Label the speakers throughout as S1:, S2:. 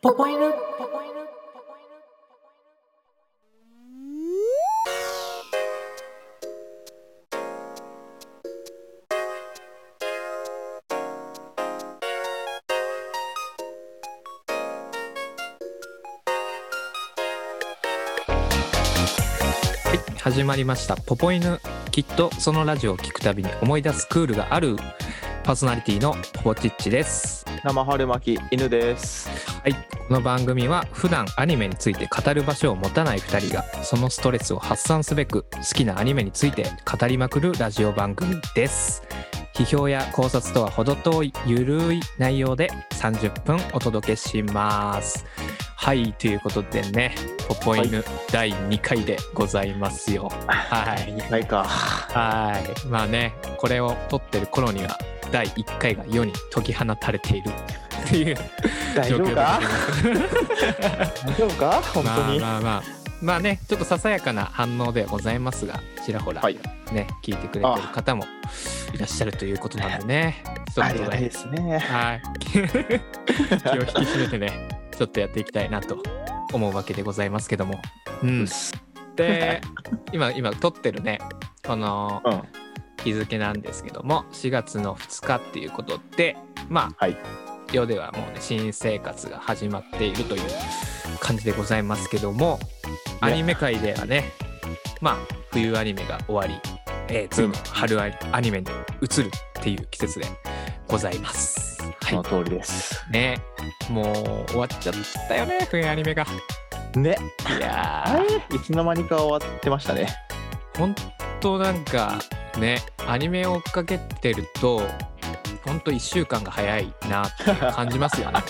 S1: ポポイヌ
S2: はい、始まりました「ポポイヌ」きっとそのラジオを聞くたびに思い出すクールがあるパーソナリティのポポチッチです
S3: 生春巻き犬です。
S2: はいこの番組は普段アニメについて語る場所を持たない2人がそのストレスを発散すべく好きなアニメについて語りまくるラジオ番組です批評や考察とは程遠いゆるい内容で30分お届けしますはいということでね「ポポイヌ」第2回でございますよはい
S3: ないか。
S2: はい。まあね、これを撮ってる頃には、第1回が世に解き放たれているっていう
S3: 大
S2: 状
S3: 丈
S2: 況で
S3: 夫
S2: ござい
S3: か
S2: ます。
S3: 大丈夫か本当に。
S2: まあまあまあ。まあね、ちょっとささやかな反応ではございますが、ちらほら、
S3: はい
S2: ね、聞いてくれてる方もいらっしゃるということなんでね、ちょ
S3: あ
S2: っ
S3: り
S2: と
S3: がたい
S2: ね
S3: で、すね。
S2: はい。気を引き締めてね、ちょっとやっていきたいなと思うわけでございますけども。う
S3: うんっ。す
S2: で、今、今撮ってるね、この、
S3: うん。
S2: 日付なんですけども4月の2日っていうことでまあ、
S3: はい
S2: 世ではもうね新生活が始まっているという感じでございますけどもアニメ界ではねまあ冬アニメが終わり、えー、次の春アニアニメに移るっていう季節でございます。
S3: その
S2: は
S3: 通りです。
S2: い、ねもう終わっちゃったよね冬アニメが。
S3: ね。
S2: いや
S3: あ
S2: ー
S3: れいつの間にか終わってましたね。
S2: 本当なんかねアニメを追っかけてると本当1週間が早いなって感じますよ ね。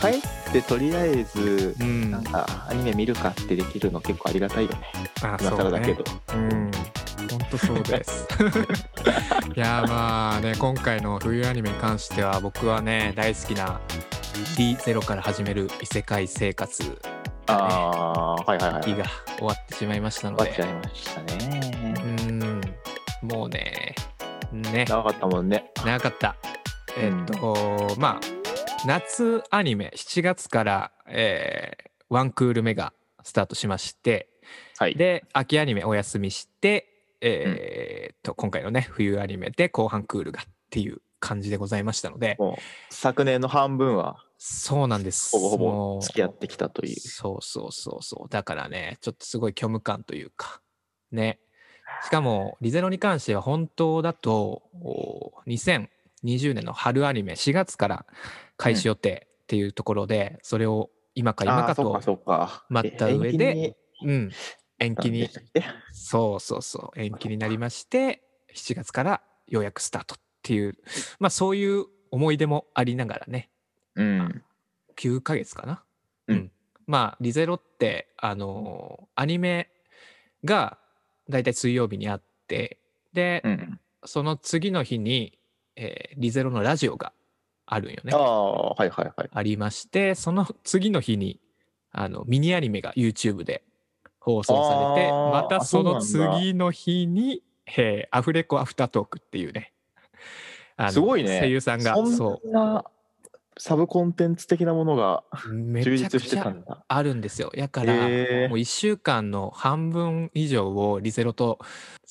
S3: 帰ってとりあえず
S2: う。ん、
S3: なんかアニメ見るかってできるの結構ありがたいよね。
S2: あ
S3: 今更だけど。
S2: うん、本当そう です。いやーまあね今回の冬アニメに関しては僕はね大好きな D0 から始める異世界生活
S3: ああー、はいはいはい。
S2: が終わってしまいましたの
S3: 終わっちゃ
S2: で、
S3: いましたね
S2: う。ん、もうねね
S3: 長かったもんね。
S2: 長かった。
S3: うん
S2: えっと、まあ、夏アニメ、7月から、えーワンクール目がスタートしまして、
S3: はい。
S2: で、秋アニメお休みして、えーっと、今回のね、冬アニメで後半クールがっていう感じでございましたので、
S3: もう昨年の半分は
S2: そうなんです。
S3: ほぼほ
S2: も
S3: ぼ
S2: う
S3: 付き合ってきたという。
S2: そうそうそうそう。だからね、ちょっとすごい虚無感というか、ね。しかも、リゼロに関しては本当だと、お2020年の春アニメ4月から開始予定っていうところで、それを今か今
S3: ああ
S2: か
S3: ー、そう
S2: と
S3: か、そうか。
S2: 待った上で
S3: え延期に
S2: うん、延期
S3: なん
S2: に
S3: でしたっけ
S2: そうそうそう延期になりまして7月からようやくスタートっていうまあそういう思い出もありながらね
S3: うん。
S2: 9ヶ月かな、
S3: うん
S2: まあリゼロってあのーアニメがだいたい水曜日にあってで、
S3: うん。
S2: その次の日に、えーリゼロのラジオがあるんよね
S3: ああ、はいはいはい。
S2: ありましてその次の日にあのミニアニメが YouTube で放送されて
S3: あー
S2: またその
S3: あそうなんだ
S2: 次の日に、えーアフレコアフタートークっていうね あの
S3: すごいね
S2: 声優さんが
S3: そ
S2: そ
S3: んなサブコンテンツ的なものが
S2: うめ
S3: 充
S2: ちゃく
S3: 実して
S2: ち
S3: た
S2: ゃ
S3: んだ。
S2: あるんですよ。やから、
S3: へー
S2: もう1週間の半分以上をリゼロと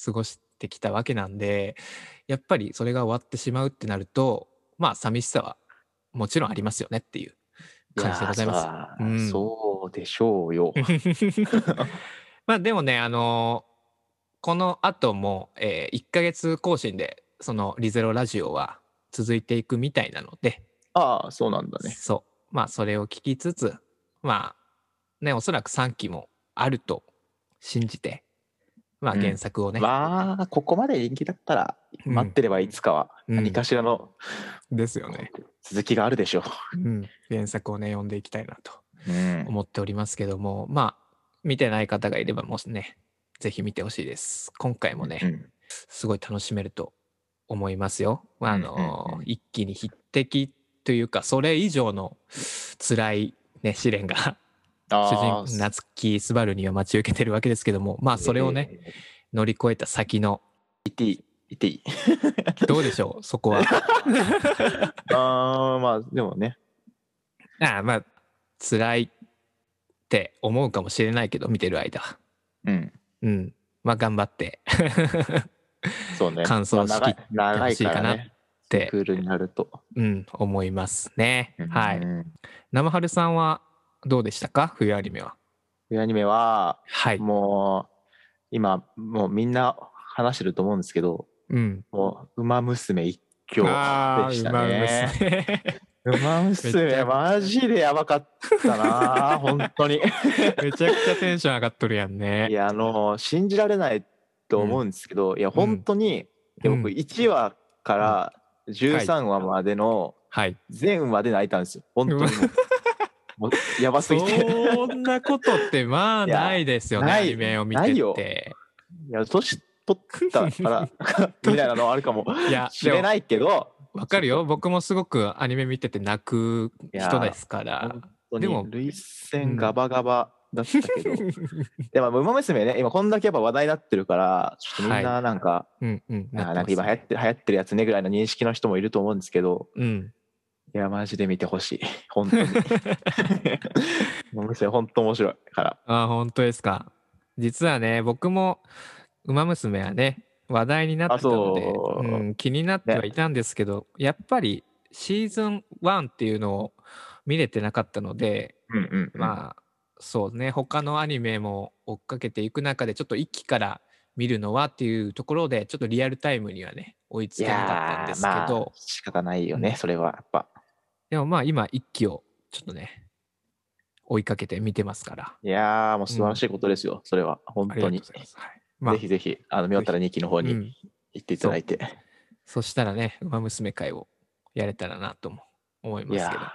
S2: 過ごしてきたわけなんで、やっぱりそれが終わってしまうってなると、まあ、寂しさはもちろんありますよねっていう感じでございます。
S3: やー
S2: うん
S3: そうでしょ うよ。
S2: まあ、でもね、あのこの後も、え1ヶ月更新で、そのリゼロラジオは続いていくみたいなので、
S3: ああ、そうなんだね。
S2: そう。まあ、それを聞きつつ、まあ、ね、おそらく3期もあると信じて、まあ、
S3: うん
S2: 原作をね。
S3: まあ、ここまで人気だったら、
S2: うん
S3: 待ってればいつかは
S2: うん
S3: 何かしらの
S2: ですよね。
S3: 続きがあるでしょ
S2: うん。原作をね、読んでいきたいなと
S3: う。うん
S2: 思っておりますけども、まあ、見てない方がいれば、もしね、ぜひ見てほしいです。今回もね、
S3: うん
S2: すごい楽しめると思いますよ。あ
S3: うんうん
S2: の
S3: うん
S2: 一気に匹敵というか、それ以上の辛い、ね、試練が主
S3: あー
S2: 人夏木スバルには待ち受けてるわけですけどもまあそれをね、。乗り越えた先の
S3: えー、言っていい言っていい
S2: どうでしょ うそこは
S3: ああ、まあ、でもね、
S2: ああまあ辛いって思うかもしれないけど見てる間
S3: うん。
S2: うんまあ頑張って
S3: そうね。
S2: 感想を
S3: まあ
S2: 仕切っ
S3: 長い長いから
S2: ほしい
S3: ね。
S2: って
S3: ク、ールになると。
S2: うん、思いますね、は
S3: う
S2: い
S3: ん。
S2: 生春さんはどうでしたか冬アニメは
S3: 冬アニメは、
S2: はい
S3: もう、今、もうみんな話してると思うんですけど、
S2: うん
S3: もう、馬娘一挙
S2: あ
S3: で
S2: ー
S3: した
S2: うまい
S3: ね。
S2: ですね
S3: 馬
S2: めっちゃ
S3: 娘、マジでやばかったな 本当に。
S2: めちゃくちゃテンション上がっとるやんね
S3: いや、あの、信じられないと思うんですけど、いや、本当に、で
S2: うん
S3: 僕、1話から13話までの
S2: はい
S3: 全話で泣いたんですよ。本当にもう。もうやばすぎて。
S2: そんなことってまあ
S3: いや
S2: ないですよね
S3: な
S2: ア
S3: い
S2: ニメを見て
S3: ない
S2: っ
S3: よ
S2: て
S3: いや、年取ったから、 みたいなのあるかも
S2: いや
S3: し
S2: で
S3: れ
S2: も
S3: ないけど、
S2: わかるよ僕もすごくアニメ見てて泣く人ですから
S3: 本当
S2: でも
S3: に、累戦ガバガバだったけ ど、でも、馬娘ね、今こんだけやっぱ話題になってるから、ちょっとみんななんか、
S2: うんうん
S3: あー
S2: な
S3: な
S2: っ
S3: ん
S2: て
S3: か
S2: ます
S3: 今流行って流行ってるやつねぐらいの認識の人もいると思うんですけど、
S2: うん
S3: いや、マジで見てほしい。本当 に。面白い、本当面白いから。
S2: あー本当ですか実はね僕も「ウマ娘」はね話題になってたので
S3: あ、そう
S2: うん、気になってはいたんですけど、やっぱりシーズン1っていうのを見れてなかったので
S3: うんうん、あ、
S2: まあそうね他のアニメも追っかけていく中でちょっと一期から見るのはっていうところでちょっとリアルタイムにはね追いつ
S3: い
S2: けなかったん
S3: や
S2: で
S3: ー
S2: すけ
S3: ま
S2: ど、
S3: あ、仕方ないよね、
S2: うん
S3: それは。やっぱ。
S2: でもまあ今一期をちょっとね追いかけて見てますから
S3: いやー、もう素晴らしいことですよ、それは。本
S2: ありがと
S3: 当
S2: う
S3: に
S2: ご。ざいます、はいまあ
S3: ぜひぜひ、あの、見終わったら2期の方
S2: う
S3: に
S2: ん、
S3: 行っていただいて。
S2: そしたらね「ウマ娘会」をやれたらなとも思い
S3: い
S2: ます
S3: や
S2: けど
S3: ー、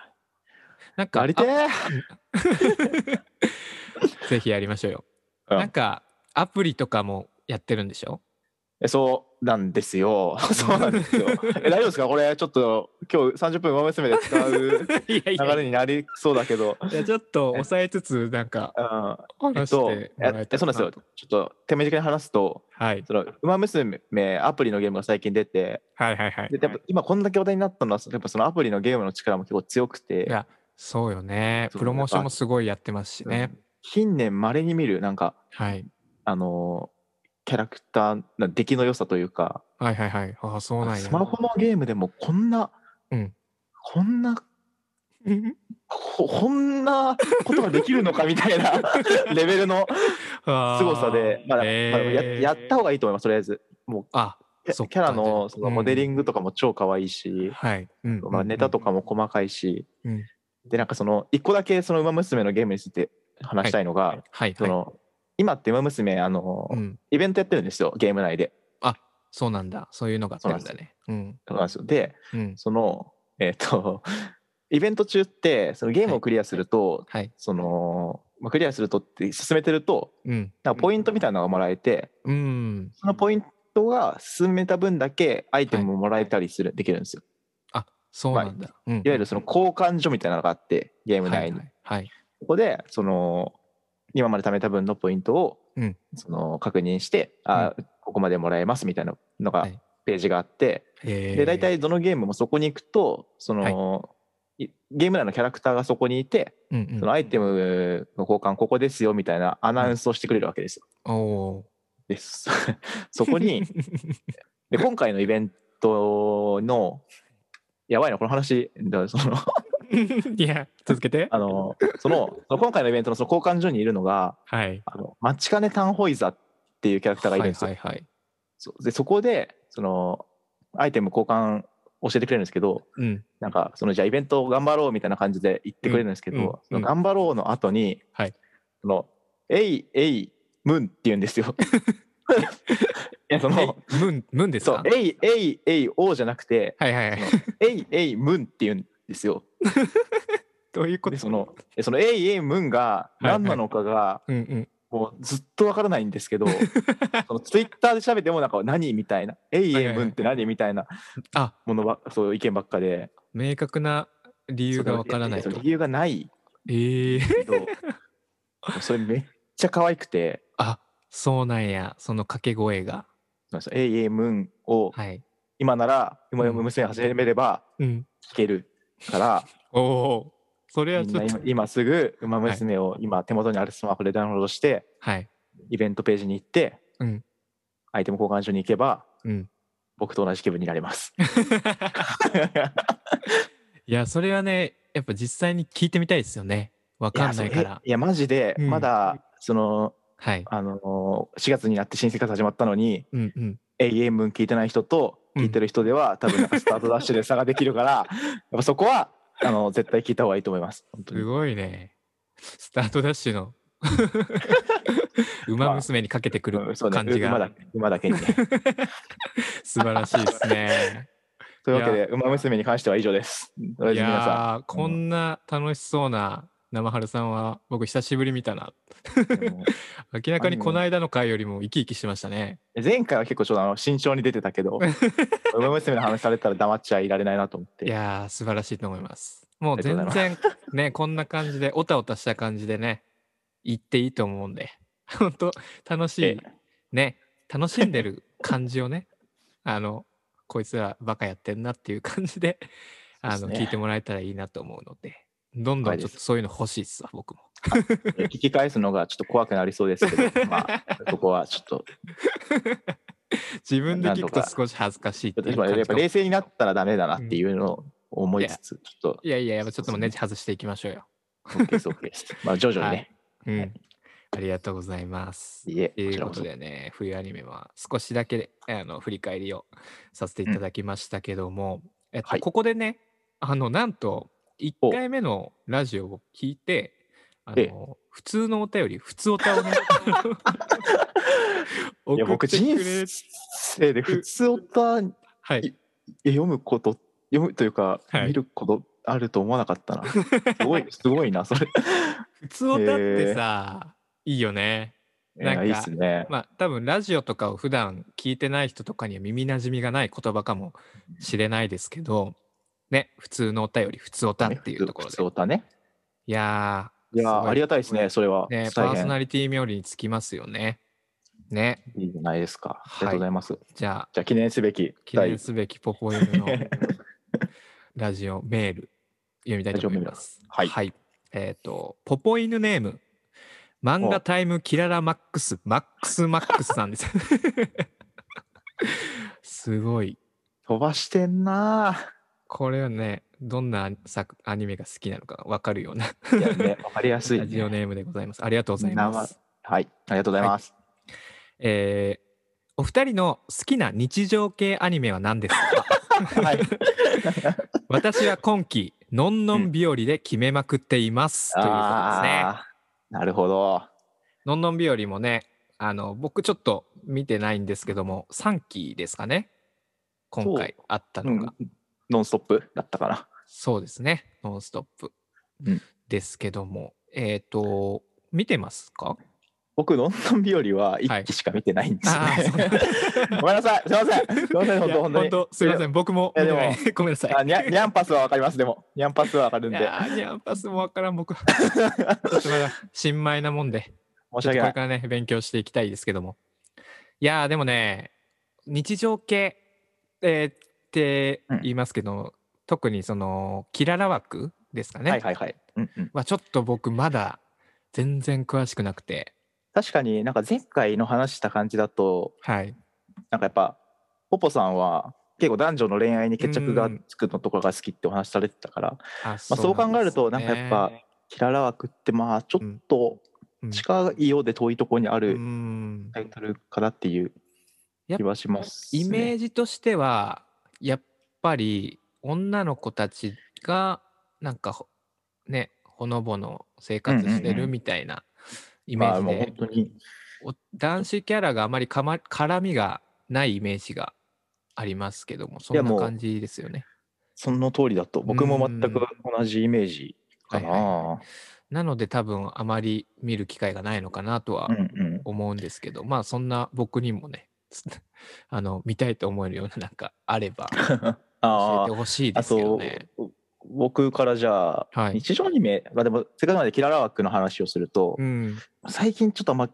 S2: なんか
S3: なりてー
S2: あぜひやりましょうよ、
S3: うん
S2: なんかアプリとかもやってるんでしょ
S3: えそうなんです よ。そうなんですよ。 え、大丈夫ですかこれ、ちょっと、今日30分馬娘 で使う
S2: いやい
S3: 流れになりそうだけど。
S2: いやちょっと抑えつつなんか
S3: うん、えっ
S2: 話しても
S3: と、
S2: ら
S3: え
S2: えたらな
S3: えそうなんですよ。ちょっと、手短に話すと、
S2: はい、
S3: その「ウマ娘」アプリのゲームが最近出て
S2: はいはいはい
S3: でやっぱ今こんだけ話題になったのはやっぱそのアプリのゲームの力も結構強くて、
S2: いやそうよね
S3: そう
S2: プロモーションもすごいやってますしね、
S3: 近年まれに見るなんか
S2: はい、
S3: あのーキャラクターの出来の良さというか
S2: はいはいはいああそうなんや
S3: スマ ホのゲームでもこんな、
S2: うん
S3: こんなここんなことができるのかみたいな レベルの
S2: 凄
S3: 凄さで、まあまあややった方
S2: が
S3: がいいと思いますとりあえずも
S2: あ
S3: うキ
S2: そっ
S3: ャ
S2: か
S3: キャラのその
S2: うん
S3: モデリングとかも超可愛いし、
S2: はい、うん
S3: まあ、ネタとか
S2: も、
S3: も細かいし、
S2: うん
S3: でなんかその一個だけその「ウマ娘」のゲームについて話したいのが、
S2: はい
S3: そ
S2: はい、
S3: の今って「ウマ娘」あの、
S2: うん、
S3: イベントやってるんですよゲーム内で。
S2: そうなんだそういうのがあったんだねうん
S3: そうなんですよで
S2: うん
S3: そのえっ、とイベント中ってそのゲームをクリアすると、
S2: はい
S3: その、まあ、クリアするとって進めてると
S2: うん
S3: なんかポイントみたいなのがもらえて、
S2: うん
S3: そのポイントが進めた分だけアイテムももらえたりする、できるんですよ。
S2: あそうなんだ、うん
S3: いわゆるその交換所みたいなのがあってゲーム
S2: はいは
S3: 内に。
S2: いはい
S3: ここでその今まで貯めた分のポイントを、
S2: うん
S3: その確認してあ、ここまでもらえますみたいなの
S2: は
S3: が
S2: い
S3: ページがあって、
S2: え
S3: で大体どのゲームもそこに行くとその、いゲーム内のキャラクターがそこにいて、
S2: うんうん
S3: そのアイテムの交換ここですよみたいなアナウンスをしてくれるわけですよ。
S2: おー
S3: です そこに で今回のイベントのやばいなこの話だその
S2: いや続けて
S3: あのそのその今回のイベントのその交換所にいるのが
S2: はい
S3: あのマチカネ・タンホイザっていうキャラクターがいるんですよ。
S2: はいはいはい
S3: そうでそこでそのアイテム交換教えてくれるんですけど
S2: うん
S3: なんかそのじゃあイベント頑張ろうみたいな感じで言ってくれるんですけど、
S2: うんうん
S3: その頑張ろうの後に、
S2: はい
S3: そのえいえいムンって言うんで すよ。いやその
S2: えムンムンです
S3: そう
S2: か
S3: えいえいえいおうじゃなくて
S2: はいはいはい
S3: えいえいムンって言うんですよ。
S2: どういうこと
S3: でそのえそのえいえいムンが何なのかが、
S2: うんうん
S3: もうずっとわからないんです けどそのツイッターで調べてもなんか何みたいな「えいえむんって何?」みたいな
S2: あ
S3: ものばそう意見ばっかで
S2: 明確な理由がわからない
S3: そ
S2: と
S3: う理由がない
S2: ええー、
S3: けどそれめっちゃ可愛くて
S2: あそうなんやその掛け声が
S3: 「そうえいえむんを
S2: はい
S3: 今なら「今
S2: うん
S3: 娘」始めれば
S2: うん
S3: 聞けるから、
S2: おおそれは
S3: みん
S2: ちょ
S3: な
S2: っと
S3: 今。今すぐ「ウマ娘」を今手元にあるスマホでダウンロードして
S2: はい。
S3: イベントページに行って
S2: うん。
S3: アイテム交換所に行けば
S2: うん。
S3: 僕と同じ気分にな れます。
S2: いや、それはね、やっぱ実際に聞いてみたいですよね。わかんない
S3: やそ
S2: か
S3: う
S2: ら
S3: え。いやマジで
S2: うん
S3: まだその
S2: はい。
S3: あの4月になって新生活始まったのに
S2: うんうん。
S3: 永遠分聞いてない人と
S2: うん
S3: 聞いてる人では多分なんかスタートダッシュで差ができるか らやっぱそこはあの絶対聞いた方がいいと思います。本当
S2: す
S3: に
S2: ごいね。スタートダッシュ の。馬娘にかけてく
S3: う
S2: る
S3: んそうね
S2: 感じ
S3: 馬
S2: が
S3: だ馬だ けにね。
S2: 素晴らしいです ね。
S3: というわけで馬娘に関しては以上です。とりあえ
S2: い
S3: ず皆さん
S2: やーこんな楽しそうな生春さんは僕久しぶり見たな。明らかにこの間の回よりも生き生きしてましたね。
S3: 前回は結構ちょっとあの慎重に出てたけ ど馬娘の話されたら黙っちゃいられないなと思っ
S2: い
S3: て
S2: やー素晴らしいと思います。もう
S3: ありがと
S2: 全
S3: うござ
S2: 然ねこんな感じでおたおたした感じでね言っていいと思うんで 本当楽し
S3: え
S2: いね楽しんでる感じをね あのこいつらバカやってんなっていう感じであ
S3: そ
S2: の
S3: うですね
S2: 聞いてもらえたらいいなと思うのでどんどんちょっとそういうの欲しいっすわ僕も。
S3: 聞き返すのがちょっと怖くなりそうです けどまあそこはちょっと
S2: 自分で聞く
S3: な
S2: と
S3: んとか
S2: 少し恥ずかしいっていう感じ
S3: やっぱ
S2: かも
S3: 冷静になったらダメだなっていうのを思いつつ、ちょっと
S2: いやいやいやちょっともう
S3: そう
S2: ネ
S3: です
S2: ジ
S3: ね
S2: 外していきましょうよ。
S3: OK です OK ですまあ徐々にね、
S2: うん、ありがとうございます。
S3: い、え
S2: とい
S3: こち
S2: う
S3: ら
S2: こ
S3: ことそ
S2: でね、冬アニメは少しだけあの振り返りをさせていただきましたけども、えっと
S3: はい
S2: ここでね、あのなんと1
S3: お
S2: 回目のラジオを聞いて、あ
S3: ええ
S2: の普通のお便り、普通お便り
S3: いや僕人生で普通オタ
S2: はい、
S3: 読むこと読むというか、
S2: はい
S3: 見ることあると思わなかったなす ごいすごいなそれ
S2: 普通お便りってさ、いいよね。
S3: い
S2: なんか
S3: やいいっすね、
S2: まあ多分ラジオとかを普段聞いてない人とかには耳なじみがない言葉かもしれないですけど、ね、普通のお便り、普通おたっていうところ
S3: 普
S2: で
S3: 通。オタね
S2: いやー
S3: いや
S2: ご
S3: ーありがたいですねそれは、
S2: ね、パ
S3: 大
S2: ーソ
S3: 変
S2: ナリティ冥利につきますよね。ね、
S3: いいじゃないですか。ありがとうございます。
S2: じゃあ、
S3: じゃあ記念すべき
S2: 記
S3: 第
S2: 念すべきポポイム のラジオメール読みたいと思います。
S3: ラジオメールはい
S2: えっ、と、ポポイヌネーム、漫画タイムキララマックス、マックスマックスさん です。すごい。
S3: 飛ばしてんな
S2: これはね、どんな作アニメが好きなのかわかるような
S3: ぁ。いやね、わかりやすい、
S2: ラジオ
S3: ね。
S2: ネームでございます。ありがとうございます。
S3: はい、ありがとうございます。
S2: えーお二人の好きな日常系アニメは何ですか
S3: はい。
S2: 私は今期、のんのん日和で決めまくっています。ということですね。
S3: あーなるほど。
S2: のんのん日和もね、あの、僕ちょっと見てないんですけども、3期ですかね。今回あった
S3: う
S2: の
S3: ん
S2: が。、
S3: ノンストップだったかな。
S2: そうですね。ノンストップ
S3: うん
S2: ですけども。えっ、と、見てますか
S3: 僕、ノンノン日和は一期しか見てないんですね。
S2: あーそうなん
S3: ごめんなさい、すいません。すいません、
S2: いや
S3: 本当本当
S2: 本
S3: に。
S2: 当すいません。僕も見てない
S3: や
S2: ごめんなさい。
S3: あニャニャンパスはわかります、でも。ニャンパスはわかるん
S2: い
S3: で。
S2: やーニャンパスもわからん、僕 は。ちょっとまだ新米なもんで、
S3: 申し
S2: ちょっとこ
S3: 訳な
S2: れ
S3: い。
S2: からね、勉強していきたいですけども。いやー、でもね、日常系、えーって
S3: うん
S2: 言いますけど、特にその、キララ枠ですかね。
S3: はいはいはい。うんうん
S2: まあ、ちょっと僕、まだ全然詳しくなくて、
S3: 確かになんか前回の話した感じだと、
S2: はい。
S3: なんかやっぱポポさんは結構男女の恋愛に決着がつくのところが好きってお話されてたから、
S2: あ
S3: まあ、そう考えるとなんかやっぱキララ枠ってまあちょっと
S2: うん
S3: 近いようで遠いところにあ
S2: う
S3: る
S2: ん
S3: タイトルかなっていう気はします、ね、
S2: イメージとしてはやっぱり女の子たちがなんかほねほのぼの生活して
S3: うんうんう
S2: る
S3: ん
S2: みたいなイ
S3: イ
S2: メージ
S3: もう
S2: で
S3: 本、当に
S2: お男子キャラがあまりかま絡みがないイメージがありますけどもそ
S3: や
S2: んな
S3: もう
S2: 感じですよね。
S3: その通りだと僕も全
S2: う
S3: く
S2: ん
S3: 同じイメージかな、
S2: はいはなので多分あまり見る機会がないのかなとは
S3: うんうん
S2: 思うんですけど、まあそんな僕にもねつ あの見たいと思えるようななんかあれば教え
S3: あ
S2: て
S3: ー
S2: ほしいで
S3: あ
S2: すよ
S3: と
S2: ね。
S3: 僕からじゃあ、
S2: はい
S3: 日常アニメ、まあ、でもせっかくなのでキララ枠の話をすると、
S2: うん
S3: 最近ちょっとあんま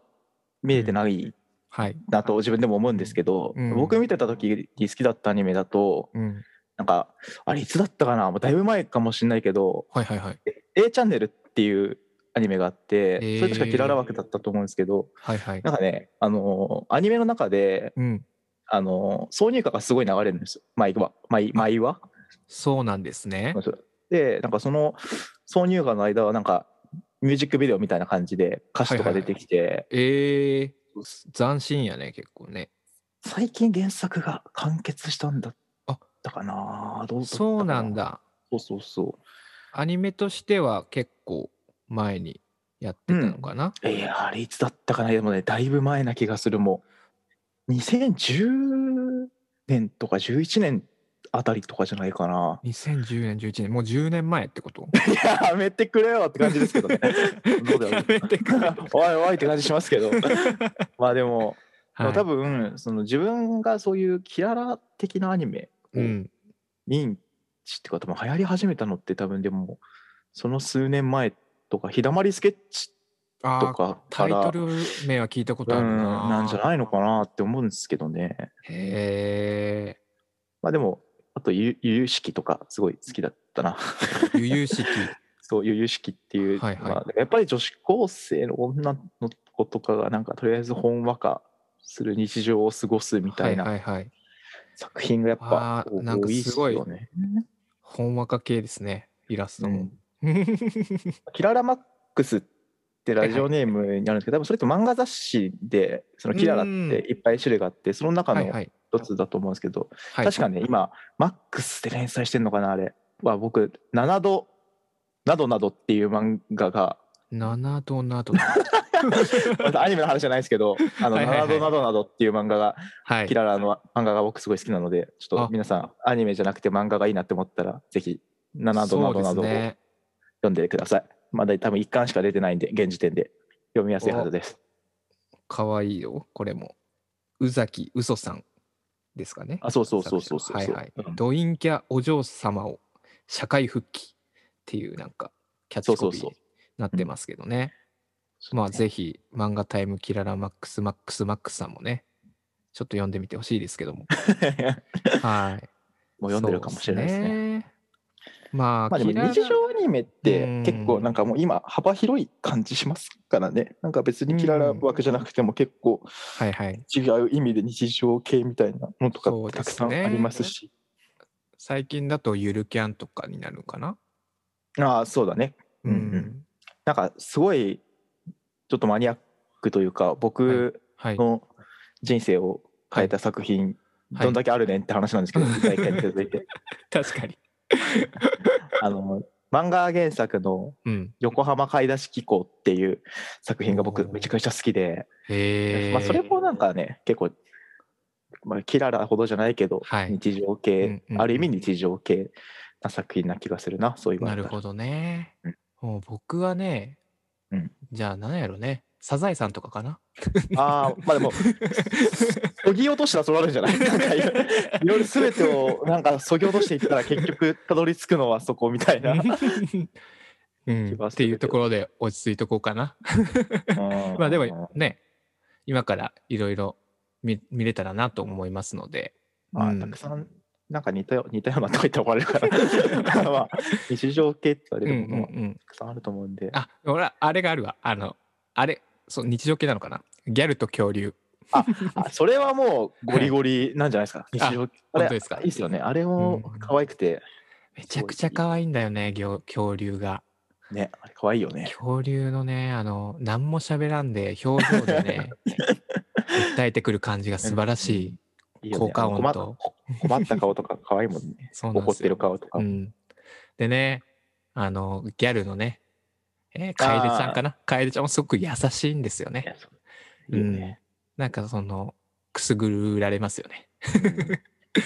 S3: 見れてない
S2: はい
S3: なと自分でも思うんですけど、
S2: うん
S3: 僕見てた時に好きだったアニメだと
S2: うん、
S3: なんかあれいつだったかなもうだいぶ前かもしれないけど
S2: はいはいはい。
S3: 「 A チャンネルっていうアニメがあって、
S2: えー
S3: それ確かキララ枠だったと思うんですけど、
S2: はいはい。
S3: なんかね、あのーアニメの中で、
S2: うん。
S3: あのー挿入歌がすごい流れるんですよ。毎話、毎毎話。
S2: そうなんですね。
S3: で、なんかその挿入歌の間は、なんかミュージックビデオみたいな感じで歌詞とか出てきて、
S2: ええ斬新やね、結構ね。
S3: 最近原作が完結したんだ
S2: あ
S3: ったかなどうだったか
S2: そうなん。だ。
S3: そうそうそ
S2: アニメとしては結構前にやってたのかな。
S3: う。えー、あれいつだったかなでもね、だいぶ前な気がするもう。2010年とか11年あたりとかじゃないかな。
S2: 2010年、11年、もう10年前ってこと
S3: やめてくれよって感じですけどね。どうだろ
S2: や
S3: う
S2: めてくれ
S3: おいおいって感じしますけ ど。まあでも、
S2: はい
S3: 多分その自分がそういうキララ的なアニメを
S2: うん。
S3: 認知っていうか多分流行り始めたのって多分でもその数年前とか「日だまりスケッチ
S2: あ」
S3: と
S2: あ、
S3: か
S2: タ
S3: か
S2: イ
S3: ら
S2: トル名は聞いたことあ
S3: う
S2: る
S3: ん
S2: な。
S3: なんじゃないのかなって思うんですけどね
S2: へ
S3: まあでもあとゆ「ゆゆしき」とかすごい好きだったな
S2: え、悠々 しき。
S3: そう「ゆゆしき」っていう、
S2: はいはい
S3: まあでもやっぱり女子高生の女の子とかがなんかとりあえずほんわかする日常を過ごすみた
S2: はいいは
S3: ない
S2: はい。
S3: 作品がやっぱ
S2: あー
S3: 多
S2: なんか
S3: いっ
S2: すごい
S3: よね。
S2: ほんわか系ですね、イラスト
S3: う
S2: も
S3: ん。 キララマックスってラジオネームになるんですけど、多分それって漫画雑誌で、そのキララっていっぱい種類があって、その中
S2: は
S3: の
S2: いはい。
S3: 一つだと思うんですけど、
S2: はい、
S3: 確かね、今、マックスで連載してるのかな、あれは僕、7度などなどっていう漫画が、
S2: 7度な ど。
S3: またアニメの話じゃないですけ ど、あの
S2: はいはいはい
S3: 7度などなどっていう漫画が、
S2: はい
S3: キ。ララの漫画が僕すごい好きなので、ちょっ
S2: あ
S3: と皆さん、アニメじゃなくて漫画がいいなって思ったら、ぜひ、7度などな
S2: そう
S3: どを
S2: ですね。
S3: 読んでください。まだ多分一巻しか出てないんで、現時点で読みやすいはずです。
S2: かわいいよ、これも。宇崎うそさんですかね。
S3: あ、そうそうそうそうそうそう。
S2: はいはい
S3: うん。
S2: ドインキャお嬢様を社会復帰っていうなんかキャッチコピー
S3: そうそう
S2: に
S3: そ
S2: なってますけどね。まあぜひ漫画タイムキララマックスマックスマックスさんもね、ちょっと読んでみてほしいですけ ども。はい。
S3: もう読んでるかもしれないですね。
S2: そうまあ、
S3: まあでも
S2: キララ
S3: 日常アニメっ
S2: うん
S3: て結構なんかもう今幅広い感じしますからね。なんか別にキララ枠じゃなくても結構
S2: はいはい。
S3: 違う意味で日常系みたいなのとか
S2: そうですね
S3: たくさんありますし。
S2: 最近だとゆるキャンとかになるのかな。
S3: ああ、そうだね。うんうんなんかすごいちょっとマニアックというか僕
S2: はい。
S3: の人生を変えた作品
S2: はい
S3: どんだけあるねんって話なん ですけど、第一回に続いて。
S2: 確かに。
S3: あの漫画原作の
S2: うん。
S3: 横浜買い出し機構っていう作品が
S2: お
S3: 僕
S2: ー
S3: めちゃくちゃ好きで、
S2: へえ。
S3: まあ、それもなんかね結構、まあ、キララほどじゃないけど、
S2: はい
S3: 日常
S2: う
S3: 系、
S2: んうんうん
S3: ある意味日常系な作品な気がするなそういう
S2: なるほ
S3: ど
S2: どね
S3: うん。
S2: もう僕はね、
S3: うん
S2: じゃあ何やろね。サザエさんとかかな。
S3: ああまあで もそぎ落としたらそうなるんじゃないなんかいろいろいろ全てをなんかそぎ落としていったら結局たどり着くのはそこみ たいな、うん
S2: うん、
S3: 気は
S2: っ
S3: す
S2: て
S3: るけ
S2: い
S3: ど
S2: うところで落ち着いとこうかな。まあでもね、今からいろいろ見見れたらなと思いますので。
S3: ま
S2: う
S3: あ、
S2: ん
S3: たくさん、なんか似たよ似たようなとこ言ったら怒られる から、まあ、日常系って言わ
S2: うん
S3: れ
S2: う
S3: るものは
S2: んうん、
S3: たくさんあると思うんで、
S2: あほらあれがあるわ。あのあれそう日常系なのかな。ギャルと恐竜。
S3: あそれはもうゴリゴリなんじゃないですか、
S2: あ
S3: 日常系。あ
S2: 本
S3: れ
S2: 当ですか
S3: いいですよね。あれも
S2: うん
S3: 可愛くて、
S2: めちゃくちゃ可愛いんだよね、ぎょ恐竜が。
S3: ね、あれ可愛いよね。
S2: 恐竜のね、あの、何も喋らんで、表情でね、 訴えてくる感じが素晴らしい。
S3: いいよね
S2: 効果音と。
S3: あの困っ困った顔とか可愛いもんね
S2: そうなん
S3: 怒
S2: で
S3: っ
S2: す
S3: て
S2: よ
S3: る。顔とか。
S2: うん、でねあのギャルのねえー楓ちゃんかな楓ちゃんもすごく優しいんですよ
S3: い
S2: ね
S3: やそういいよね。
S2: なんかそのくすぐられますよ ね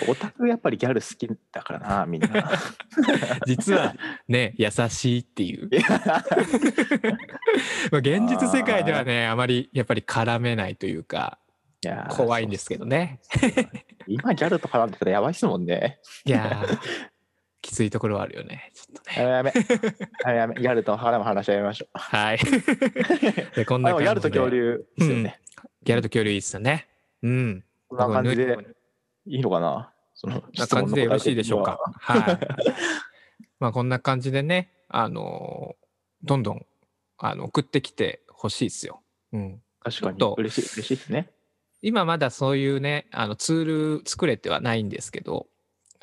S3: オタクやっぱりギャル好きだからな、 みんな。
S2: 実はね優しいっていう まあ現実世界ではねあまりやっぱり絡めないというか
S3: いやー
S2: 怖いんですけどね
S3: そうそう今ギャルとかなんてたらやばいっすもんね。
S2: いや ーきついところはあるよねちょっとね
S3: やめやめやめやめギャルと腹も話し合いましょう。
S2: はい
S3: あ
S2: でこん
S3: で
S2: な
S3: も
S2: 感じで
S3: ギャルと恐竜ですよね。
S2: ギャルと恐竜いいっすよねうん
S3: こんな感じで
S2: 僕
S3: いいのかなその
S2: な感じでよろしいでしょうか。はい。まあこんな感じでね、あのーどんどんあの送ってきてほしいですよ。うん、
S3: 確かに
S2: ちょっと
S3: 嬉しい嬉しいですね。
S2: 今まだそういうねあのツール作れてはないんですけど、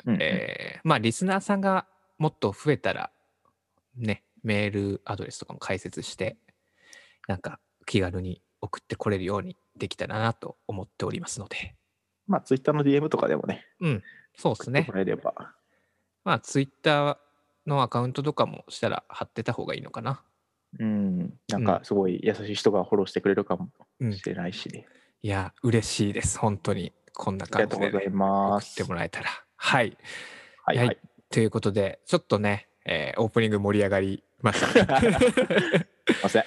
S3: うんうん
S2: えーまあリスナーさんがもっと増えたらねメールアドレスとかも解説してなんか気軽に送ってこれるようにできたらなと思っておりますので
S3: まあ、ツイッターの DM とかでもね、
S2: そうですね
S3: もらえれば。
S2: まあツイッターのアカウントとかもしたら貼ってた方がいいのかな
S3: うん、なんかすごい優しい人がフォローしてくれるかも
S2: うん
S3: しれないしね。
S2: いや嬉しいです本当にこんな
S3: あり
S2: 感
S3: が
S2: じ
S3: とうご
S2: で
S3: ざ
S2: ね
S3: い
S2: 送
S3: ま
S2: っ
S3: す。
S2: てもらえたらはい
S3: はいはい。
S2: ということでちょっとね、えーオープニング盛り上がりま したね
S3: すいません。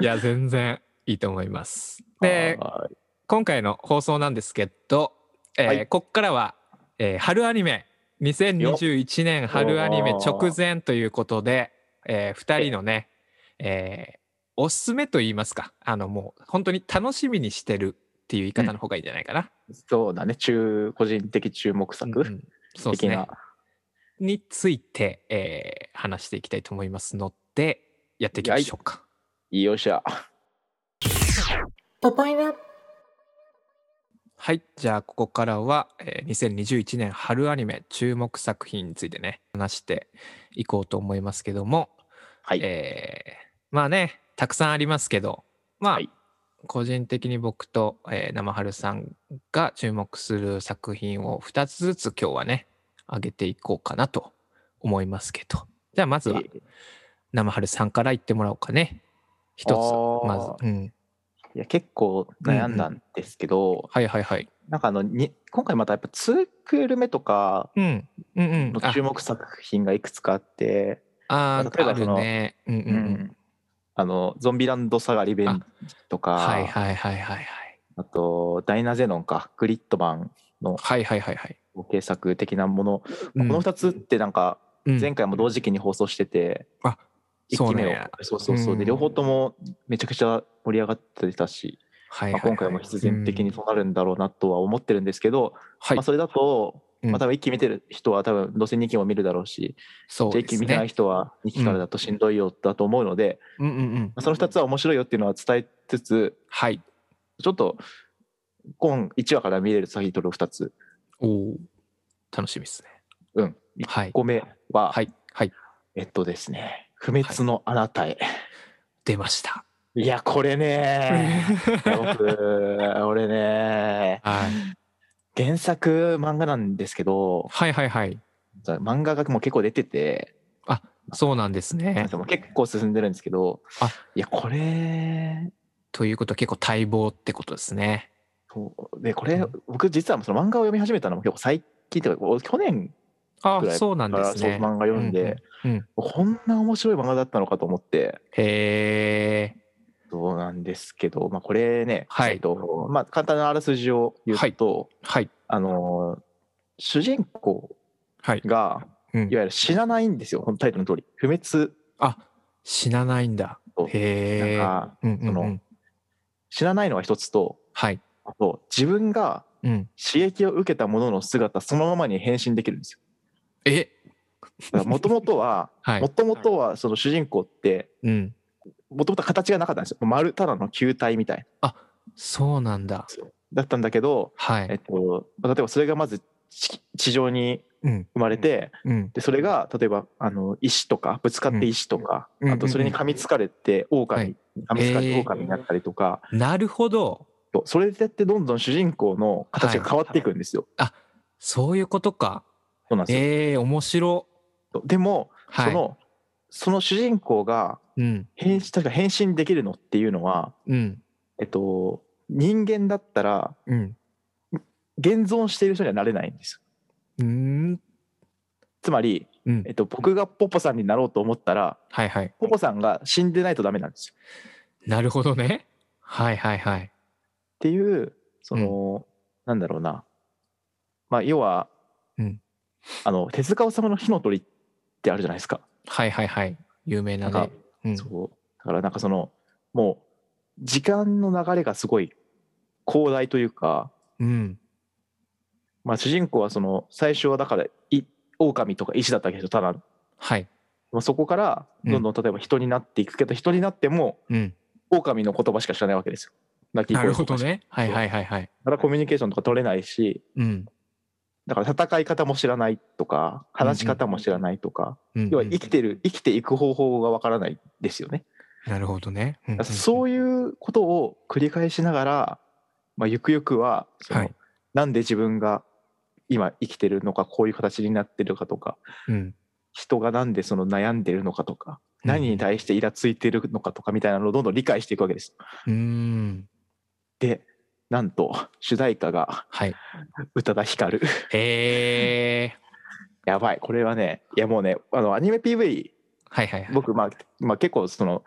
S2: いや全然いいと思います で
S3: は
S2: 今回の放送なんですけど、えー
S3: はい
S2: ここからは、えー春アニメ2021年春アニメ直前ということで、え2人のね、えーおすすめと言いますかあのもう本当に楽しみにしてるっていう言い方の方がいいんじゃないかな。
S3: いそうだね、中個人的注目
S2: う
S3: 作
S2: んうんそうです
S3: 的
S2: ね
S3: な。。
S2: について、えー話していきたいと思いますのでやっていきましょうか。
S3: よっしゃ。
S1: ポポイナ
S2: はい、じゃあここからは、えー2021年春アニメ注目作品についてね話していこうと思いますけども、
S3: はい。
S2: えーまあねたくさんありますけどまあ、
S3: はい
S2: 個人的に僕と、えー生春さんが注目する作品を2つずつ今日はね上げていこうかなと思いますけどじゃあまずは
S3: えー
S2: 生春さんから言ってもらおうかね一
S3: あ
S2: つ
S3: ー
S2: まず、うん、
S3: いや結構悩んだんですけど、
S2: はいはいはい、
S3: なんかあのに今回またやっぱ2クール目とか
S2: うん、うんうん
S3: の
S2: あ
S3: 注目作品がいくつかあって、
S2: あー
S3: 例えば
S2: ある
S3: その
S2: ね。うんうんう。
S3: うんんあのゾンビランドサガリベンジとかあ,、
S2: はいはいはいはいはい。
S3: とダイナゼノンかグリッドマンの
S2: はいはいはいはい。
S3: 計作的なもの、
S2: うん
S3: この2つってなんか
S2: うん
S3: 前回も同時期に放送してて、
S2: あ
S3: 一
S2: そう
S3: 期
S2: な
S3: 目
S2: ん
S3: を
S2: や
S3: そうそうそう、
S2: うん
S3: で両方ともめちゃくちゃ盛り上がってたし、
S2: はい
S3: ま
S2: は
S3: あ、
S2: いはい
S3: 今回も必然的に
S2: うん
S3: そうなるんだろうなとは思ってるんですけど、
S2: はい
S3: まあ、それだと、
S2: うん
S3: まあ、多分1期見てる人は多分どうせ2期も見るだろうし、
S2: そう
S3: じゃあ
S2: で
S3: 一気
S2: す
S3: に見てない
S2: ね。
S3: 人は2期からだとしんどいよだと思うので、
S2: うんうんうん
S3: まあ。その2つは面白いよっていうのは伝えつつ
S2: はい。
S3: ちょっと今1話から見れるタイトルを2つ、
S2: おお。楽しみですね。
S3: うん、
S2: はい
S3: 1個目は、
S2: はいはい。
S3: えっとですね「不滅のあなたへ」
S2: 出ました。
S3: い、やこれねいや僕俺ね
S2: はい
S3: 原作漫画なんですけど
S2: はいはいはい。
S3: 漫画がもう結構出てて
S2: そうなんですね。
S3: もう結構進んでるんですけど
S2: あ
S3: いやこれ
S2: ということは結構待望ってことですね。
S3: そうでこれ、
S2: うん
S3: 僕実はその漫画を読み始めたのも結構最近というかお去年
S2: あ
S3: ぐらい
S2: そうなん
S3: か
S2: で
S3: ら
S2: す
S3: そう
S2: ね。
S3: 漫画読んで、
S2: うんうんうん
S3: こんな面白い漫画だったのかと思って
S2: へえ。
S3: そうなんですけど、まあ、これね、
S2: はい
S3: えっとまあ、簡単なあらすじを言うと、
S2: はい
S3: あのー主人公
S2: はい。
S3: が
S2: うん
S3: いわゆる死なないんですよ、このタイトルの通り不滅
S2: あ死なないんだ
S3: そう。
S2: へえ。
S3: なんか
S2: うんう
S3: そ
S2: んう
S3: の
S2: ん。
S3: 死なないのが一つと
S2: はい。
S3: あと自分が
S2: うん。
S3: 刺激を受けたものの姿そのままに変身できるんですよ
S2: え。
S3: だからもともとは
S2: はい
S3: も。ともとはその主人公って
S2: うん。
S3: もともと形がなかったんですよ丸ただの球体みたい
S2: そうなんだ。
S3: だったんだけど、
S2: は
S3: えっ
S2: い。
S3: と、例えばそれがまず地地上に
S2: うん。
S3: 生まれて
S2: うん。
S3: でそれが例えばあの石とかぶつかって石とか、
S2: うん
S3: あとそれに噛みつかれて狼、噛みつかれて狼になったりとか、
S2: なるほど。
S3: とそれでやってどんどん主人公の形が変わっていくんですよ。
S2: そういうことか。
S3: そうなんですよ
S2: ええー、面白。
S3: でも、
S2: はい。
S3: そのその主人公が
S2: うん。
S3: 変身確か変身できるのっていうのは、
S2: うん。
S3: えっと、人間だったら
S2: うん。
S3: 現存している人にはなれないんですよ。
S2: うーん。
S3: つまり、
S2: うん
S3: え。っと、僕がポポさんになろうと思ったら
S2: はいはい。
S3: ポポさんが死んでないとダメなんですよ。
S2: なるほどね。はいはいはい。
S3: っていうその、なんだろうなまあ要は、
S2: うん
S3: あの手塚治虫の「火の鳥」ってあるじゃないですか。
S2: はいはいはい。有名な
S3: なん
S2: ね
S3: か。
S2: うん。
S3: そうだからなんかそのもう時間の流れがすごい広大というか、
S2: うん。
S3: まあ、主人公はその最初はだからい狼とか石だったわけですよただ
S2: はい。
S3: まあそこからどんどん例えば人になっていくけど、人になっても
S2: うん。
S3: 狼の言葉しか知らないわけですよ。鳴き
S2: な
S3: 声
S2: る
S3: と
S2: ほど
S3: かしか
S2: ね。はいはいはいはい。
S3: だからコミュニケーションとか取れないし
S2: うん。
S3: だから戦い方も知らないとか話し方も知らないとか、
S2: うん
S3: 要は生きてる生きていく方法がわからないですよね。
S2: なるほどね。うん
S3: だからそういうことを繰り返しながら、まあ、ゆくゆくはその、
S2: はい
S3: なんで自分が今生きてるのかこういう形になってるかとか
S2: うんうん
S3: 人がなんでその悩んでるのかとか何に対してイラついてるのかとかみたいなのをどんどん理解していくわけです。
S2: うーん。
S3: でなんと主題歌が
S2: はい。
S3: 宇多田ヒカル
S2: へえ。
S3: やばいこれはねいやもうねあのアニメ PV
S2: はいはいはい。
S3: 僕、まあ、まあ結構その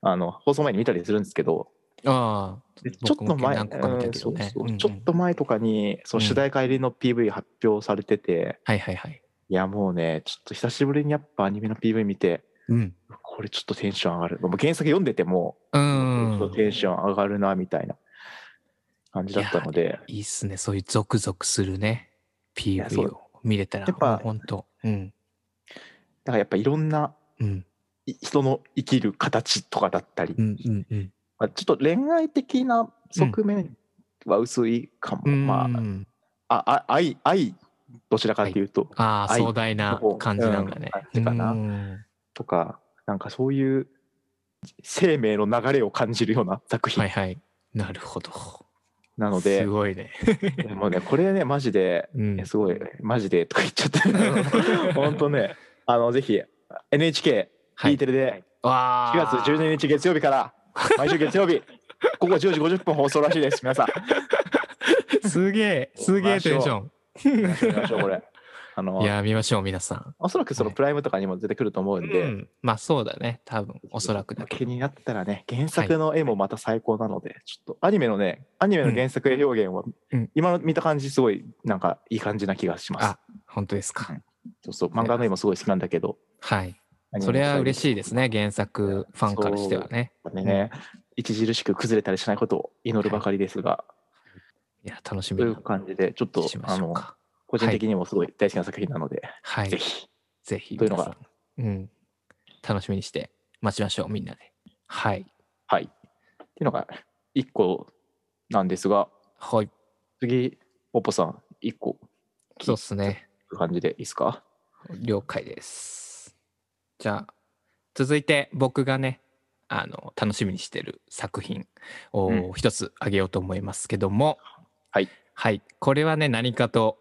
S3: あの放送前に見たりするんですけど
S2: あ
S3: でちょっ
S2: 僕も
S3: と前
S2: 何個か見たけどね
S3: うんそうそう
S2: うんうん
S3: ちょっと前とかにその主題歌入りの PV 発表されてて、
S2: あ。はいはいはい。
S3: いやもうねちょっと久しぶりにやっぱアニメの PV 見て
S2: うん。
S3: これちょっとテンション上がるもう原作読んでても
S2: う
S3: ちょっと
S2: ん。
S3: テンション上がるなみたいな感じだったので
S2: いいっすね。そういうゾクゾクするね。
S3: やそ
S2: PV
S3: う
S2: を見れたら。
S3: やっぱ
S2: もうほんと。うん。
S3: だからやっぱいろんな
S2: うん。
S3: い人の生きる形とかだったり、
S2: うんうんうん。
S3: まあ、ちょっと恋愛的な側面は薄いかも、
S2: うん
S3: まあああ愛愛どちらかというと、
S2: ああ、
S3: 愛
S2: 壮大な感じなんだね。
S3: うん感じかな
S2: うん
S3: とかなんかそういう生命の流れを感じるような作
S2: は
S3: 品
S2: いはい。なるほど。
S3: なので、
S2: すごいね。
S3: もうねこれねマジで、
S2: うん。
S3: すごいマジでとか言っち ゃって本当ねあのぜひ NHK
S2: は
S3: E
S2: い。
S3: テレで
S2: わ
S3: 4
S2: ー
S3: 月12日月曜日から毎週月曜日ここ10時50分放送らしいです 皆さん
S2: すげえ、すげえテンション。
S3: 見ましょう見ましょうこれあの
S2: いやー、見ましょう、皆さん。
S3: おそらくそのプライムとかにも出てくると思うんで、
S2: うん、まあそうだね、多分おそらくだけ
S3: 気になったらね原作の絵もまた最高なので、ちょっとアニメのねアニメの原作絵表現は、
S2: うん
S3: 今の見た感じすごいなんかいい感じな気がします
S2: あ本当ですか。
S3: そうそう漫画の絵もすごい好きなんだけど
S2: はい。それは嬉
S3: い
S2: しいですね、原作ファンからしてはね。
S3: ね著しく崩れたりしないことを祈るばかりですが、
S2: いや、楽しみ
S3: という
S2: に
S3: 感じでちょっと
S2: しま
S3: あ
S2: しょう
S3: の
S2: か。
S3: 個人的にもすごい大好きな作品なので、
S2: はい
S3: ぜ。ひ
S2: ぜひ。
S3: というのが
S2: 皆さん。うん。楽しみにして待ちましょう、みんなで。はい。
S3: はいっていうのが一個なんですが
S2: はい。
S3: 次ポッポさん一個
S2: そうっすね。
S3: 感じでいいですか
S2: 了解です。じゃあ続いて僕がねあの楽しみにしてる作品
S3: うん
S2: を一つあげようと思いますけども、
S3: はい、
S2: はい、これはね何かと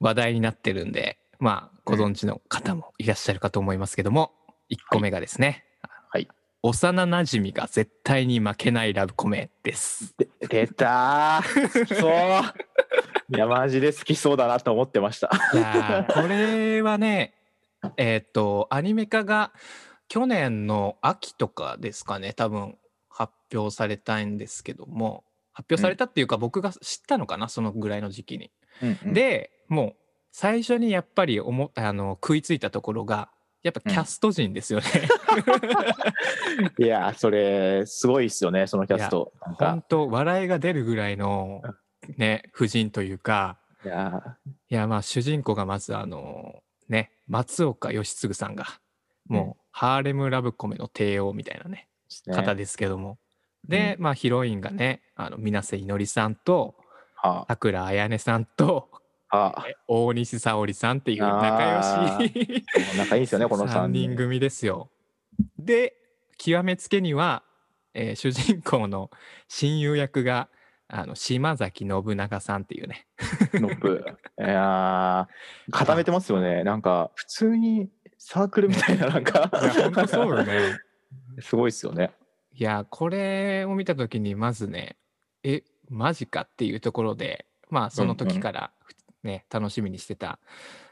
S2: 話題になってるんでまあご存知の方もいらっしゃるかと思いますけども、一1個目がですね、
S3: はい
S2: 幼なじみが絶対に負けないラブコメです。
S3: で出たー好きそういやマジで好きそうだなと思ってました
S2: いやーこれはねえーっとアニメ化が去年の秋とかですかね多分発表されたいんですけども発表されたっていうか、僕が知ったのかなそのぐらいの時期に。でもう最初にやっぱりおもあの食いついたところがやっぱキャスト陣ですよね。
S3: いやそれすごいっすよねそのキャストなん
S2: 本
S3: か
S2: 当笑いが出るぐらいのね夫人というか
S3: いや
S2: いやまあ主人公がまずあのね松岡義嗣さんがもうハーレムラブコメの帝王みたいなね
S3: ー
S2: 方
S3: ね
S2: ですけども、で、まあヒロインがねあの水瀬いのりさんと
S3: は
S2: さくらあやねさんと
S3: あはあ
S2: え大西沙織さんっていう仲良し
S3: 仲いいですよねこの3
S2: 3
S3: 人
S2: 人組ですよ。で極めつけには、えー主人公の親友役があの島崎信長さんっていうね
S3: ノップいやー固めてますよねなんか普通にサークルみたいななんか
S2: いや本当そうよね。
S3: すごいっすよね
S2: いやこれを見た時にまずねえマジかっていうところでまあその
S3: うんう
S2: 時
S3: ん
S2: からね、楽しみにしてた、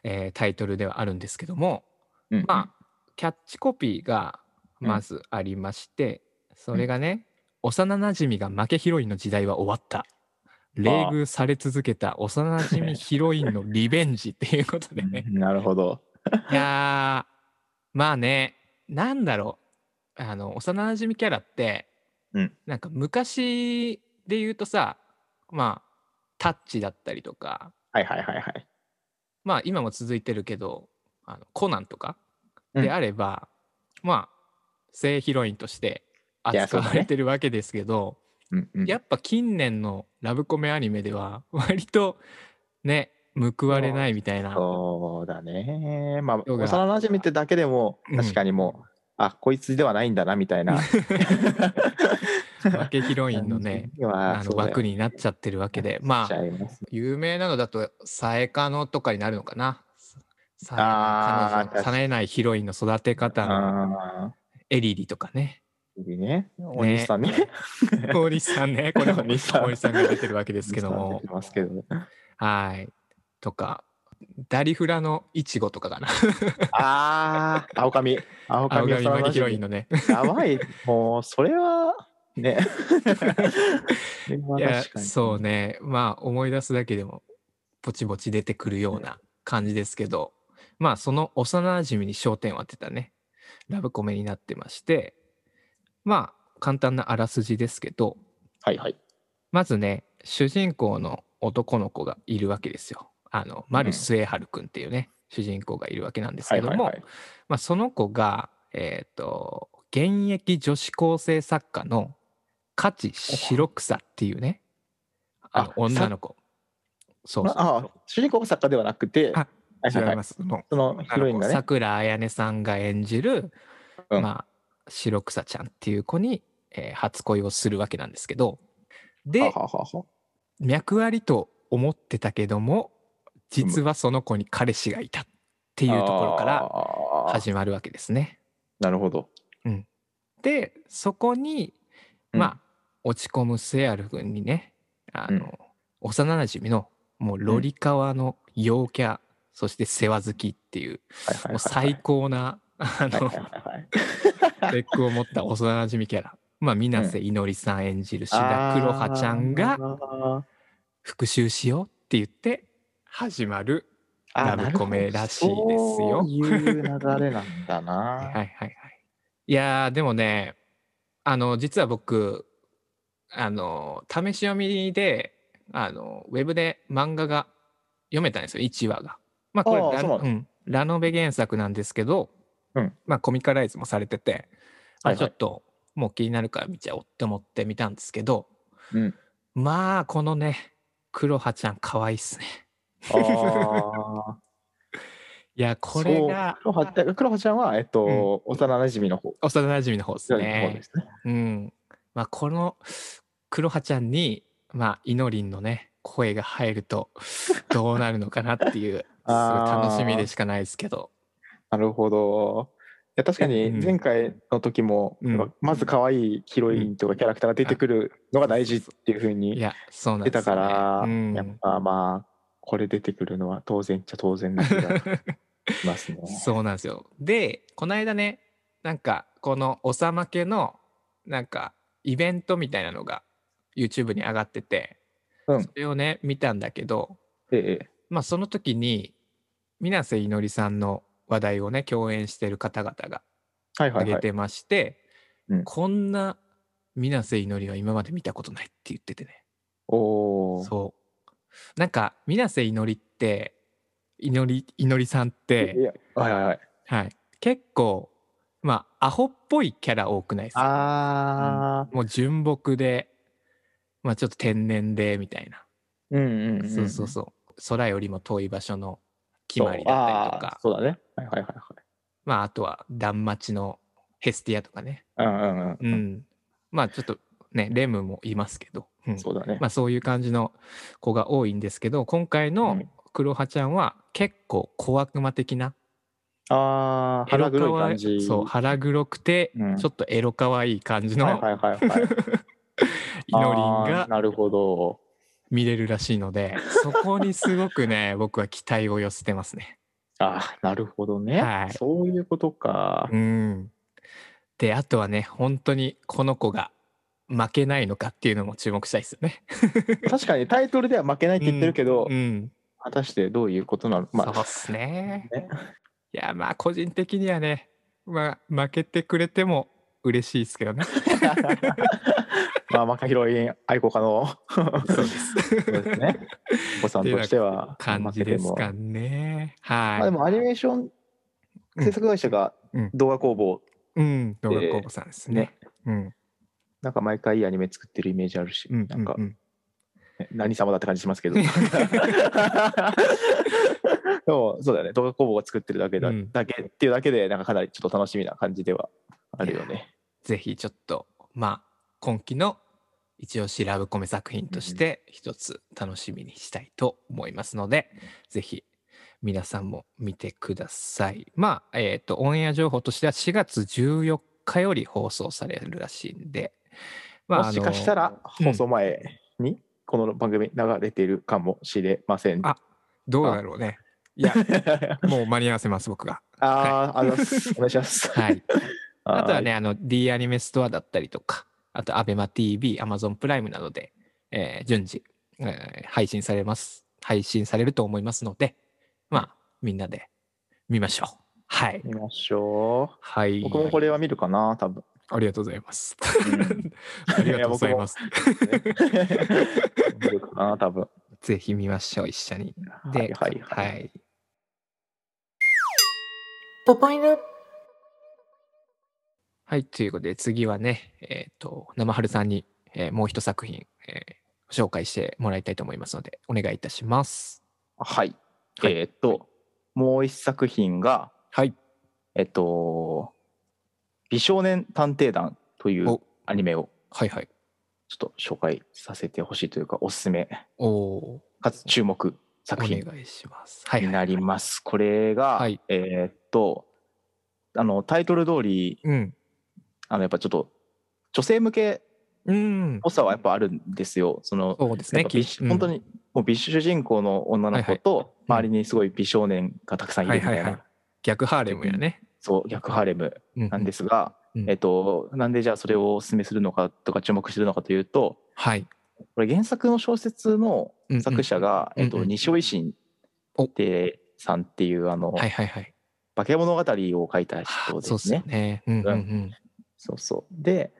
S2: えータイトルではあるんですけども、
S3: うん
S2: まあキャッチコピーが
S3: うん
S2: まずありまして、それがね「幼なじみが負けヒロインの時代は終わった」「冷遇され続けた幼なじみヒロインのリベンジ」っていうことでね
S3: なるほど
S2: いやーまあねなんだろうあの幼なじみキャラって、
S3: うん
S2: なんか昔で言うとさまあタッチだったりとか
S3: はいはいはいはい
S2: まあ今も続いてるけどあのコナンとか
S3: うん
S2: であれば、まあ正ヒロインとして
S3: いや
S2: 扱
S3: そうだ
S2: わ
S3: ね
S2: れてるわけですけど、
S3: うんうん、
S2: やっぱ近年のラブコメアニメでは割とね報われないみたいな
S3: そうだね。まあ、
S2: 人が
S3: 幼馴染ってだけでも
S2: う、ん
S3: 確かにもう、あ、こいつではないんだな、みたいな。
S2: 負けヒロイン のね
S3: は
S2: あの枠
S3: に
S2: になっちゃってるわけでま
S3: しち
S2: あ
S3: ゃいますね
S2: 有名なのだと「サエカノ」とかになるのかな。さ
S3: あ
S2: 彼
S3: ー
S2: 女
S3: 確か
S2: の
S3: に
S2: されないヒロインの育て方の
S3: あ
S2: エリリとかね。
S3: ーいいね。お兄さんね。
S2: 大西さんね、これ も
S3: 大西さん
S2: 大西さんが出てるわけですけど
S3: お兄さん出
S2: も
S3: て。ますけど。
S2: はい。とか、ダリフラのイチゴとかかな。
S3: ああ、青髪。青
S2: 青
S3: 髪
S2: 髪マ
S3: 幼
S2: ギ
S3: 馴
S2: ヒロイン
S3: 染
S2: のね。
S3: やばい。もう、それは、ね。それはい
S2: や
S3: 確かに
S2: そうねまあ思い出すだけでもぼちぼち出てくるような感じですけど、まあその幼馴染に焦点を当てたねラブコメになってましてまあ簡単なあらすじですけど
S3: はいはい。
S2: まずね主人公の男の子がいるわけですよ。あの丸末春くんっていうね、主人公がいるわけなんです
S3: は
S2: け
S3: い
S2: ど
S3: はい
S2: も、
S3: はい。
S2: まあ、その子がえっ、と現役女子高生作家の勝白草っていうねあの
S3: あ
S2: 女の子そう
S3: ま
S2: そう
S3: ああ、主人公が作家ではなくて、
S2: あ
S3: はいはいはい
S2: 違いますもう
S3: そのヒロインが
S2: あの
S3: ね。
S2: 桜彩音さんが演じる、
S3: うん
S2: まあ白草ちゃんっていう子に、えー初恋をするわけなんですけど
S3: は
S2: で
S3: ははは
S2: 脈ありと思ってたけども実はその子に彼氏がいたっていうところから
S3: あー
S2: 始まるわけですね。
S3: なるほど。
S2: でそこに
S3: うん
S2: まあ、落ち込むセアル君にねあの、
S3: うん
S2: 幼なじみのもうロリカワの陽キャ、そして世話好きっていう
S3: はいはいはいはい
S2: もう最高なあ
S3: はい
S2: の
S3: はいはいはい
S2: レックを持った幼なじみキャ ラまあ水瀬いのりさん演じる白黒葉ちゃんが復讐しようって言って始まる
S3: あー
S2: ラブコメらしいですよ
S3: そういう流れなんだ
S2: はい はい
S3: な。
S2: はいはい。いやーでもねあの実は僕あの試し読みであのウェブで漫画が読めたんですよ1話が。まあこれ
S3: あー
S2: ラ,、
S3: そうなの
S2: ん、ラノベ原作なんですけど、
S3: うん
S2: まあコミカライズもされてて、あ
S3: はいはい
S2: ちょっともう気になるから見ちゃおうって思って見たんですけど、
S3: うん
S2: まあこのね黒羽ちゃん可愛いっすね。
S3: ああ。
S2: いやこれが
S3: そう黒羽ちゃん黒羽ちゃんは、えっと、幼馴染の方。
S2: 幼馴染の方です
S3: 幼馴染の
S2: ね
S3: 方で。すね。
S2: うん。まあ、この黒羽ちゃんに、まあ、イノリンのね、声が入ると、どうなるのかなっていう、すごい
S3: あー
S2: 楽しみでしかないですけど。
S3: なるほど。いや確かに
S2: うん
S3: 前回の時も、
S2: うん
S3: やっぱまず可愛いヒロインとかキャラクターが出てくるのが大事っていうふう
S2: い
S3: に
S2: や、そうなん
S3: 出
S2: ですよ、
S3: た
S2: ね。
S3: から、
S2: うん
S3: やっぱまあこれ出てくるのは当然っちゃ当然な気がします ね。
S2: そうなんですよ。で、この間ね、なんか、このおさまけの、なんか、イベントみたいなのが YouTube に上がってて、
S3: うん
S2: それをね、見たんだけど、
S3: ええ
S2: まあ、その時に、水瀬いのりさんの話題をね、共演してる方々が
S3: はいは
S2: あ
S3: い
S2: げ
S3: はい。
S2: てまして、
S3: うん
S2: こんな水瀬いのりは今まで見たことないって言っててね
S3: おお。
S2: そうなんか水瀬いのりっていのりいのりさんっ
S3: い
S2: て、
S3: やはいはいはい。
S2: はい、結構まあアホっぽいキャラ多くないですか
S3: ああ、
S2: もう純朴で、まあ、ちょっと天然でみたいな、
S3: うん、うんうんうん。
S2: そうそう
S3: そ
S2: そう空よりも遠い場所の
S3: う
S2: 決まりだったりとか
S3: あーそうだね。はいはいはい
S2: まああとは断末のヘスティアとかね
S3: はい。うんうん
S2: う
S3: うん。
S2: んまあちょっとねレムもいますけど、うん
S3: そうだね。
S2: まあ、そういう感じの子が多いんですけど今回
S3: う
S2: の
S3: ん
S2: 黒羽ちゃんは結構小悪魔的な
S3: ああ、腹黒い感
S2: エロ
S3: じ。
S2: かわそう腹黒くて
S3: うん
S2: ちょっとエロかわいい感じ
S3: はい
S2: の
S3: はいはい はい。
S2: イノリン
S3: あー
S2: が
S3: なるほど。
S2: 見れるらしいのでそこにすごくね 僕は期待を寄せてますね。
S3: ああ、なるほどね、
S2: はい
S3: そういうことか
S2: う。んであとはね本当にこの子が負けないのかっていうのも注目したいですよね。
S3: 確かにタイトルでは負けないって言ってるけど、
S2: うん、
S3: 果たしてどういうことなのま
S2: そうっ
S3: あ、
S2: すね。
S3: ね
S2: いやまあ個人的にはね、まあ、負けてくれても嬉しいですけどね。
S3: まあ、マカヒロイン愛好家の
S2: そうです。
S3: そう ですね。お子さんとしては
S2: 感
S3: 負
S2: じ
S3: けて
S2: で
S3: も
S2: すかね。はい。
S3: まあ、でもアニメーション制作会社が
S2: うん
S3: 動画工房、
S2: うん、動画工房さんですね。うん
S3: なんか毎回いいアニメ作ってるイメージあるし、
S2: うん、
S3: なんか
S2: うん
S3: ね何様だって感じしますけど。 でもそうだよね動画工房が作ってるだけだ,、
S2: うん
S3: だけっていうだけでなんかかなりちょっと楽しみな感じではあるよね。
S2: ぜひちょっとまあ今期の一押しラブコメ作品として一つ楽しみにしたいと思いますので、ぜひ皆さんも見てください。まあえっ、とオンエア情報としては4月14日より放送されるらしいんで、まあ、
S3: もしかしたら
S2: あの
S3: 放送前にこの番組流れてるかもしれません。
S2: あどうだろうね。いやもう間に合わせます僕 が。
S3: あーありがとうござ います。お願いします。
S2: はい。あとは
S3: ーい。
S2: ね、あの D アニメストアだったりとか、あと ABEMATV、Amazon プライムなどで、えー順次、えー配信されます。配信されると思いますので、まあ、みんなで見ましょう。はい。
S3: 見ましょ
S2: はい。
S3: う。僕もこれは見るかな、多分。
S2: ありがとうございます。
S3: うん
S2: ありがとうございます。
S3: 見るかな、多分。
S2: ぜひ見ましょう、一緒に。で、
S3: はいはいはい
S2: はい
S1: ポポイヌ
S2: はい、ということで次はね、えっ、と、生春さんに、えーもう一作品、えー紹介してもらいたいと思いますので、お願いいたします。
S3: はい。
S2: はい
S3: えーっと、もう一作品が、
S2: はい。
S3: えっと、美少年探偵団という
S2: お
S3: アニメを
S2: はいはい。
S3: ちょっと紹介させてほしいというか、おすすめ、
S2: おお
S3: かつ注目
S2: ー、
S3: 作品
S2: お願いします。はい、
S3: に
S2: はい。
S3: なります。これが、
S2: はい
S3: えーっと、あの、タイトル通り、
S2: うん。
S3: あの、やっぱちょっと、女性向けっ
S2: うん。
S3: ぽさはやっぱあるんですよ。その、
S2: そうですね。
S3: なんか美少
S2: うん
S3: 本当にもう美主人公の女の子と
S2: はい
S3: 周りにすごい美少年がたくさんいるみたいな、
S2: はいはいはい逆ハーレムやね。
S3: そう逆ハーレム
S2: うん
S3: なんですが、
S2: うん
S3: えっと、なんでじゃあそれをお勧めするのかとか注目してるのかというと
S2: はい。
S3: これ原作の小説の
S2: うん
S3: 作者が、
S2: うんうん
S3: えっ
S2: うん
S3: と、
S2: うん
S3: 西尾維新
S2: お
S3: ってさんっていうあの、
S2: はいはいはい。
S3: 化け物語を書いた人で
S2: そうですすよ
S3: ね。
S2: ね。うんうんうん。
S3: そうそうで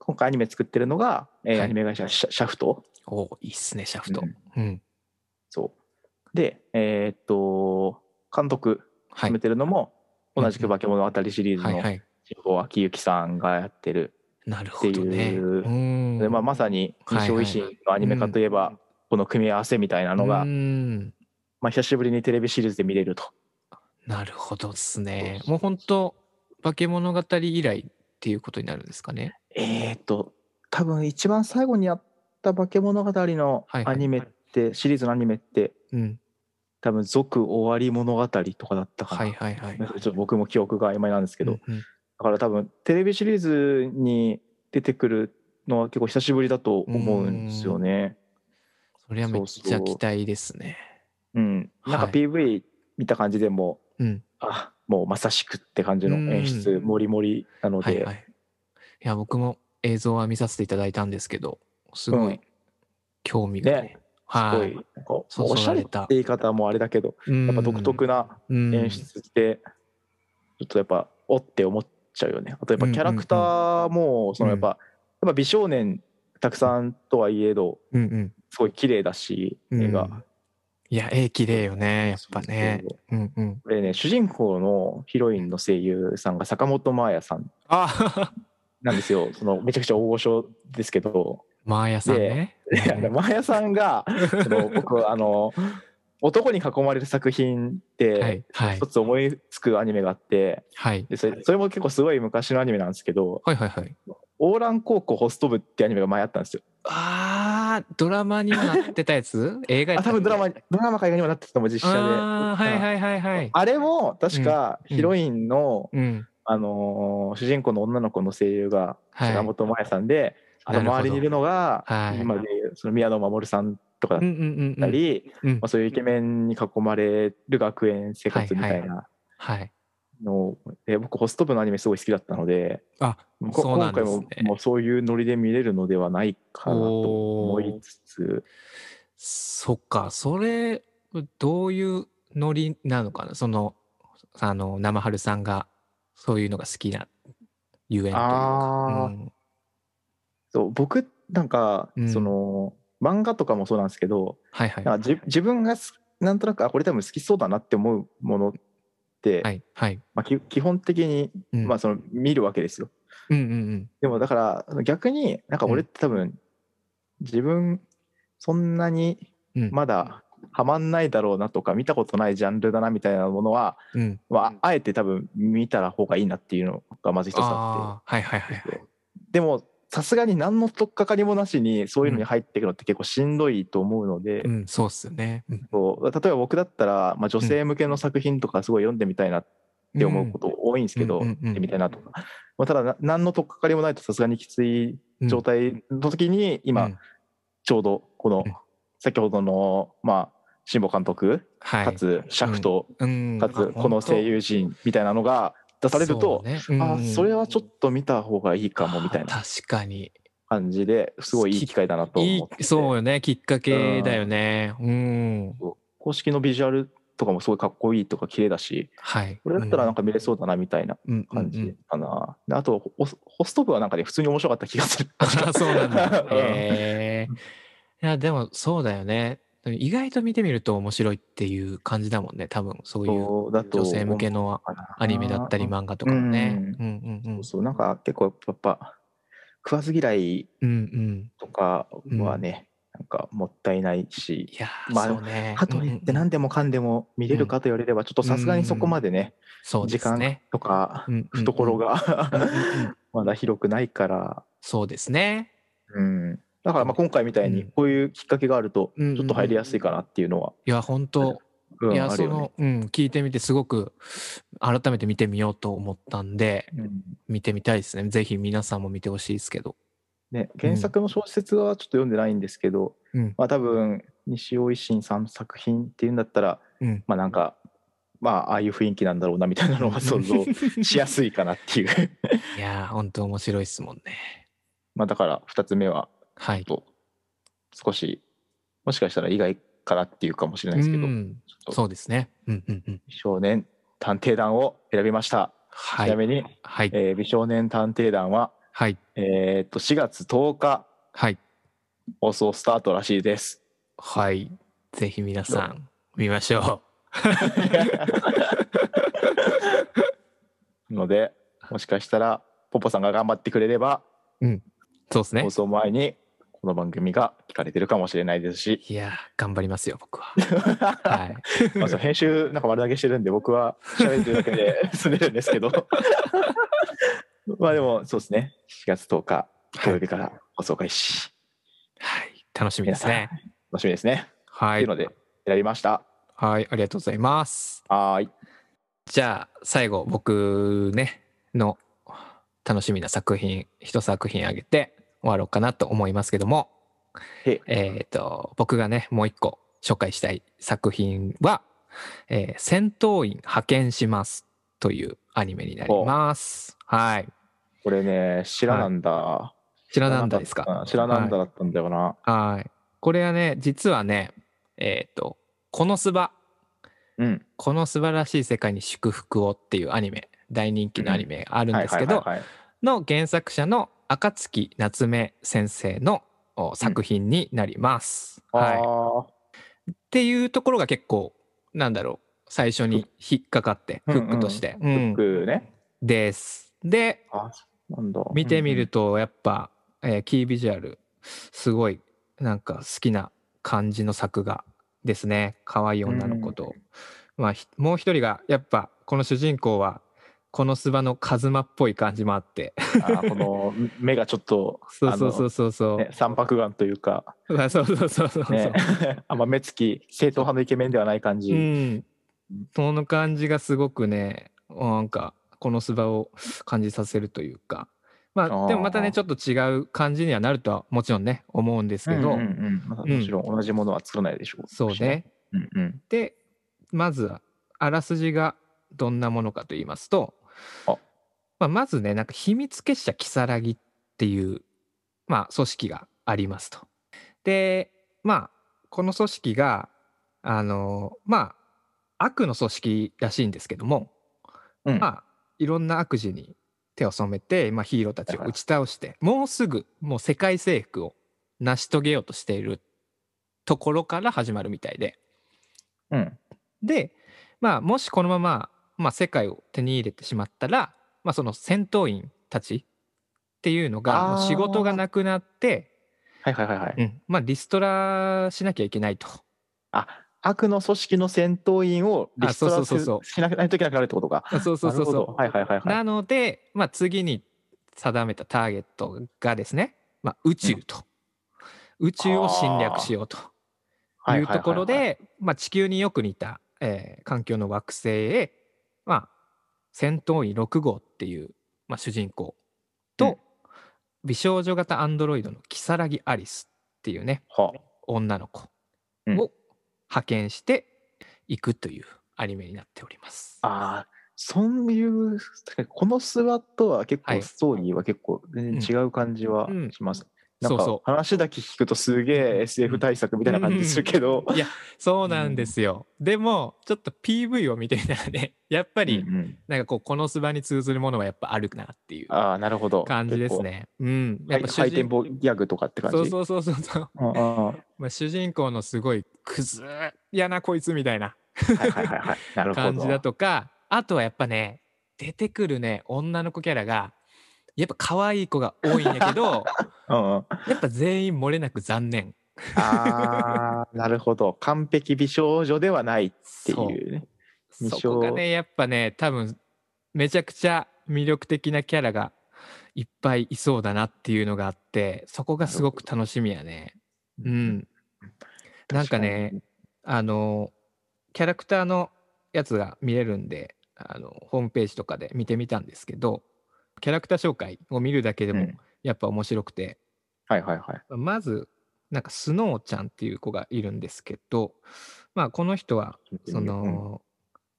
S3: 今回アニメ作ってるのが、え
S2: は
S3: ー
S2: い
S3: アニメ会社シャシャフト。
S2: おお、いいっすね、シャフト
S3: うん。
S2: うん。
S3: そうでえーっと監督
S2: はい
S3: 進め。てるのも、
S2: うん
S3: 同じく化け物語シリーズ
S2: はいは
S3: の
S2: い。
S3: 志望秋幸さんがやってる、
S2: なるほど
S3: って
S2: ね。
S3: いう
S2: うん。
S3: でまあ、まさに西尾維新のアニメ化といえば、この組み合わせみたいなのが、
S2: うん。
S3: まあ、久しぶりにテレビシリーズで見れると
S2: なるほどですね
S3: そう。そう
S2: もう本当化け物語以来っていうことになるんですかね。
S3: えー、っと多分一番最後にやった「化け物語」の
S2: はいはい
S3: アニメって、シリーズのアニメって
S2: うん。
S3: 多分「続終わり物語」とかだったかな、
S2: はいはいはい。
S3: ちょっと僕も記憶が曖昧なんですけど、
S2: うんうん
S3: だから多分テレビシリーズに出てくるのは結構久しぶりだと思うんですよね。
S2: それはめっちゃ期待ですね。
S3: うん、なんか
S2: はい
S3: PV 見た感じでも、
S2: うん
S3: あもうまさしくって感じの演出
S2: うん
S3: もりもりなので、
S2: はいはい。いや、僕も映像は見させていただいたんですけど、すご
S3: う
S2: い
S3: ん
S2: 興味がね。
S3: ねす
S2: は
S3: ごい
S2: い。
S3: なんかもう
S2: そそられた
S3: おしゃれって言い方もあれだけどや
S2: や
S3: っぱ独特な演出ってちょっとやっぱおって思っちゃうよねあとやっぱキャラクターもそのやっぱ、やっぱ美少年たくさんとはいえど
S2: うんうん
S3: すごい綺麗だし
S2: うん
S3: 絵が、
S2: うんいや絵綺麗よねやっぱね
S3: そうそう
S2: うんうん
S3: これね主人公のヒロインの声優さんが坂本真綾さん
S2: あ
S3: なんですよそのめちゃくちゃ大御所です けど
S2: マーヤさんね
S3: いやでもマヤさんがその僕あの男に囲まれる作品
S2: うんは
S3: で
S2: いはい
S3: 一つ思いつくアニメがあって
S2: はい
S3: でそれそれも結構すごい昔のアニメなんですけど
S2: はいはいはい
S3: 「オーラン高校ホスト部」ってアニメが前あったんですよ。
S2: あードラマにもなってたや つ映画や
S3: あ
S2: った
S3: 多
S2: っけ
S3: 分ドラマドラマか映画にもなってたと思う実写で。
S2: あーはいはいはいはい
S3: あれも確か
S2: うん
S3: ヒロインの、
S2: うん
S3: あのー主人公の女の子の声優が
S2: はい
S3: 坂本真綾さんで、あ
S2: なる
S3: の
S2: ほど
S3: 周りにいるのが、
S2: はい
S3: 今でいうその宮野真守さんとかだ
S2: うん
S3: っ
S2: うんうん
S3: たり、
S2: うん
S3: まあ、そういうイケメンに囲まれる学園生活みたいな
S2: はい
S3: のを、で僕ホスト部のアニメすごい好きだったので
S2: あ
S3: こ
S2: そうなん
S3: 今
S2: で
S3: 回
S2: す
S3: も
S2: ね
S3: もうそういうノリで見れるのではないかなと思いつつ
S2: そっか、それ、どういうノリなのかなその、あの、生春さんが、そういうのが好きな、ゆえんというか。
S3: あーそう僕なんか、
S2: うん
S3: その漫画とかもそうなんですけど
S2: はいはい。
S3: なんかじ自分がすなんとなくあこれ多分好きそうだなって思うもの、
S2: はいはい。
S3: まあ、き基本的に、
S2: うん
S3: まあ、その見るわけですよ
S2: うんうん
S3: でもだから逆になんか俺って多分、自分そんなに
S2: うんうん
S3: まだハマんないだろうなとか見たことないジャンルだなみたいなものは、
S2: うん
S3: まあ、あえて多分見たら方がいいなっていうのがまず一つあ
S2: ああはいはいはい
S3: ってでもさすがに何の取っかかりもなしにそういうのに入っていくのって結構しんどいと思うので、
S2: うんそうっすよねうん
S3: そう例えば僕だったら、まあ、女性向けの作品とかすごい読んでみたいなって思うこと多いんですけ
S2: う
S3: ど、
S2: んうんうん
S3: 読んでみたいなとか、まあ、ただな何の取っかかりもないとさすがにきつい
S2: うん
S3: 状態の時に今、
S2: うん
S3: ちょうどこの
S2: うん
S3: 先ほどのまあ辛坊監督
S2: はい
S3: かつ尺と
S2: うん
S3: かつこの声優陣みたいなのが出されると、
S2: そうね
S3: あ
S2: うん
S3: それはちょっと見た方がいいかもみたい
S2: あ
S3: な
S2: ー確かに
S3: 感じですごいいい機会だなと
S2: いい
S3: 思ってて
S2: そうよねきっかけだよねうん
S3: 公式のビジュアルとかもすごいかっこいいとか綺麗だし
S2: はい
S3: これだったらなんか見れそうだなみたいな
S2: うん
S3: 感じ
S2: うんうん
S3: かな、であとホスホスト部はなんかね普通に面白かった気がする
S2: あそうなんだ
S3: うん
S2: へえいやでもそうだよね意外と見てみると面白いっていう感じだもんね多分そういう
S3: そうだと
S2: 女性向けのアニメだったり漫画とかもね
S3: うん
S2: うんうんうん
S3: そうなんか結構やっぱ食わず嫌い
S2: うんうん
S3: とかはね、なんかもったいないし
S2: いやー
S3: まあ
S2: そうね
S3: かといって
S2: うんうん
S3: 何でもかんでも見れるかと言われればちょっとさすがにそこまでね、
S2: そうで
S3: 時
S2: す
S3: 間
S2: ね
S3: とか
S2: うんうんうん
S3: 懐
S2: うんうん
S3: が
S2: うん
S3: まだ広くないから、
S2: そうですね
S3: うん、だからまあ今回みたいうに
S2: ん
S3: こういうきっかけがあると
S2: うんうんうん
S3: ちょっと入りやすいかなっていうのは、
S2: いや本当
S3: うん
S2: いや
S3: あ
S2: そ
S3: るよね。
S2: のうん聞いてみてすごく改めて見てみようと思ったんで
S3: うん
S2: 見てみたいですねぜひ皆さんも見てほしいですけど
S3: ね、原作の小説はちょっと読んでないんですけど、
S2: うん
S3: まあ、多分西尾維新さんの作品っていうんだったら
S2: うん
S3: まあなんかまあああいう雰囲気なんだろうなみたいなのは想 像しやすいかなっていう
S2: いやー本当面白いですもんね
S3: まあだから2つ目は
S2: はい
S3: ちょっと少しもしかしたら意外かなっていうかもしれないですけど、
S2: うん
S3: ちょっと
S2: そうですねうんうんうん
S3: 美少年探偵団を選びました、
S2: は
S3: ちないみに、
S2: はい
S3: えー美少年探偵団は、
S2: はい
S3: えーっと4月10日
S2: はい
S3: 放送スタートらしいです。
S2: はいぜひ皆さん見まし ょ
S3: のでもしかしたらポポさんが頑張ってくれれば
S2: うそうですね
S3: 放送前にこの番組が聞かれてるかもしれないで すし、
S2: いやー頑張りますよ僕 ははい
S3: まあ、その編集なんか丸投げしてるんで僕は喋ってるだけで 済んでるんですけどまあでもそうですね4月10日土曜日から放送開始
S2: はい楽しみですね
S3: 楽しみですね、
S2: は
S3: ってい
S2: いう
S3: ので選びました
S2: はいありがとうございます
S3: はーい
S2: じゃあ最後僕ねの楽しみな作品一作品あげて終わろうかなと思いますけども
S3: へ
S2: えっ、と僕がねもう一個紹介したい作品は「えー戦闘員派遣します」というアニメになります。はい。
S3: これね知らなんだ、
S2: 知らなんだですか
S3: うん知らなんだだったんだよな、
S2: はい。これはね実はねえっ、と「このすば」
S3: うん
S2: 「この素晴らしい世界に祝福を」っていうアニメ大人気のアニメあるん
S3: はい
S2: です
S3: はい
S2: け
S3: はい
S2: ど
S3: はい
S2: の原作者の暁夏目先生のお作品になります。
S3: あ
S2: はい、
S3: ー
S2: っていうところが結構なんだろう最初に引っかかって
S3: う
S2: フ
S3: んうん
S2: ックとして。うん
S3: 僕ね
S2: です。で
S3: あなんだ
S2: 見てみるとやっぱ、えーキービジュアルすごいなんか好きな感じの作画ですね可愛い女の子と、まあ、ひもう一人がやっぱこの主人公はこのスバのカズマっぽい感じもあって
S3: あーこの目がちょっと
S2: そうそうそうそうそう、
S3: ね、三白眼というか、
S2: あそうそうそうそうそう、
S3: ね、 あんま目つき正統派のイケメンではない感じ、
S2: うんその感じがすごくねなんかこのスバを感じさせるというかま
S3: あ
S2: あ
S3: ー
S2: でもまたねちょっと違う感じにはなるとはもちろんね思うんですけど、
S3: うんうんうんまあもちろん同じものは作らないでしょうし
S2: そうね、
S3: うんうん、
S2: でまずはあらすじがどんなものかと言いますと
S3: あ
S2: まあ、まずねなんか秘密結社如月っていう、まあ、組織がありますと。でまあこの組織があのまあ悪の組織らしいんですけども、
S3: うん
S2: まあいろんな悪事に手を染めて、まあ、ヒーローたちを打ち倒してもうすぐもう世界征服を成し遂げようとしているところから始まるみたいで。
S3: うん
S2: でまあもしこのまままあ、世界を手に入れてしまったら、まあ、その戦闘員たちっていうの
S3: あー
S2: がもう仕事がなくなって、
S3: はいはいはいはい、
S2: うんまあ、リストラしなきゃいけないと。
S3: 悪の組織の戦闘員をリスト
S2: あそ
S3: ラ
S2: うそうそうそう
S3: すしなきゃいけなくなるってことか
S2: そうそうそう
S3: なるほ
S2: そ
S3: ど
S2: う。
S3: はいはいはいはい
S2: なので、まあ、次に定めたターゲットがですね、まあ、宇宙と、宇宙を侵略しようと
S3: は
S2: いう
S3: は
S2: ところ
S3: はいはい
S2: で、まあ、地球によく似た、えー環境の惑星へ、まあ、戦闘員6号っていう、まあ、主人公
S3: う
S2: と、
S3: ん
S2: 美少女型アンドロイドの如月アリスっていうね
S3: は
S2: 女の子
S3: うん
S2: を派遣していくというアニメになっております。
S3: ああそういうこのスワットは結
S2: は
S3: 構
S2: い
S3: ストーリーは結構全然違う感じは
S2: うん
S3: します、
S2: そ
S3: な
S2: うん
S3: か
S2: そ
S3: 話だけ聞くとすげえ SF 対策みたいな感じするけど、
S2: う。いやそうなんですよ。でもちょっと PV を見てみたらね やっぱり
S3: うんうん
S2: なんかこうこの巣場に通ずるものはやっぱあるなっていう
S3: ああなるほど
S2: 感じですね。うん。や
S3: 結
S2: っ
S3: 構
S2: ぱ
S3: ハイハイテン
S2: 公
S3: ポギャグとかって感じ
S2: そうそうそうそうそう。
S3: うんうんはい
S2: まあ、主人公のすごいクズやなこいつみたいな
S3: はいはいはいなるほど
S2: 感じだとかあとはやっぱね出てくるね女の子キャラがやっぱ可愛い子が多いんやけ ど
S3: うんうん
S2: やっぱ全員漏れなく残念
S3: あーなるほど完璧美少女ではないっていうね
S2: そうそこがねやっぱね多分めちゃくちゃ魅力的なキャラがいっぱいいそうだなっていうのがあってそこがすごく楽しみやねうんなんかねあのキャラクターのやつが見れるんであのホームページとかで見てみたんですけどキャラクター紹介を見るだけで
S3: で
S2: もやっぱ面白くて、
S3: はいはいはい
S2: まずなんかスノーちゃんっていう子がいるんですけど、まあ、この人はその、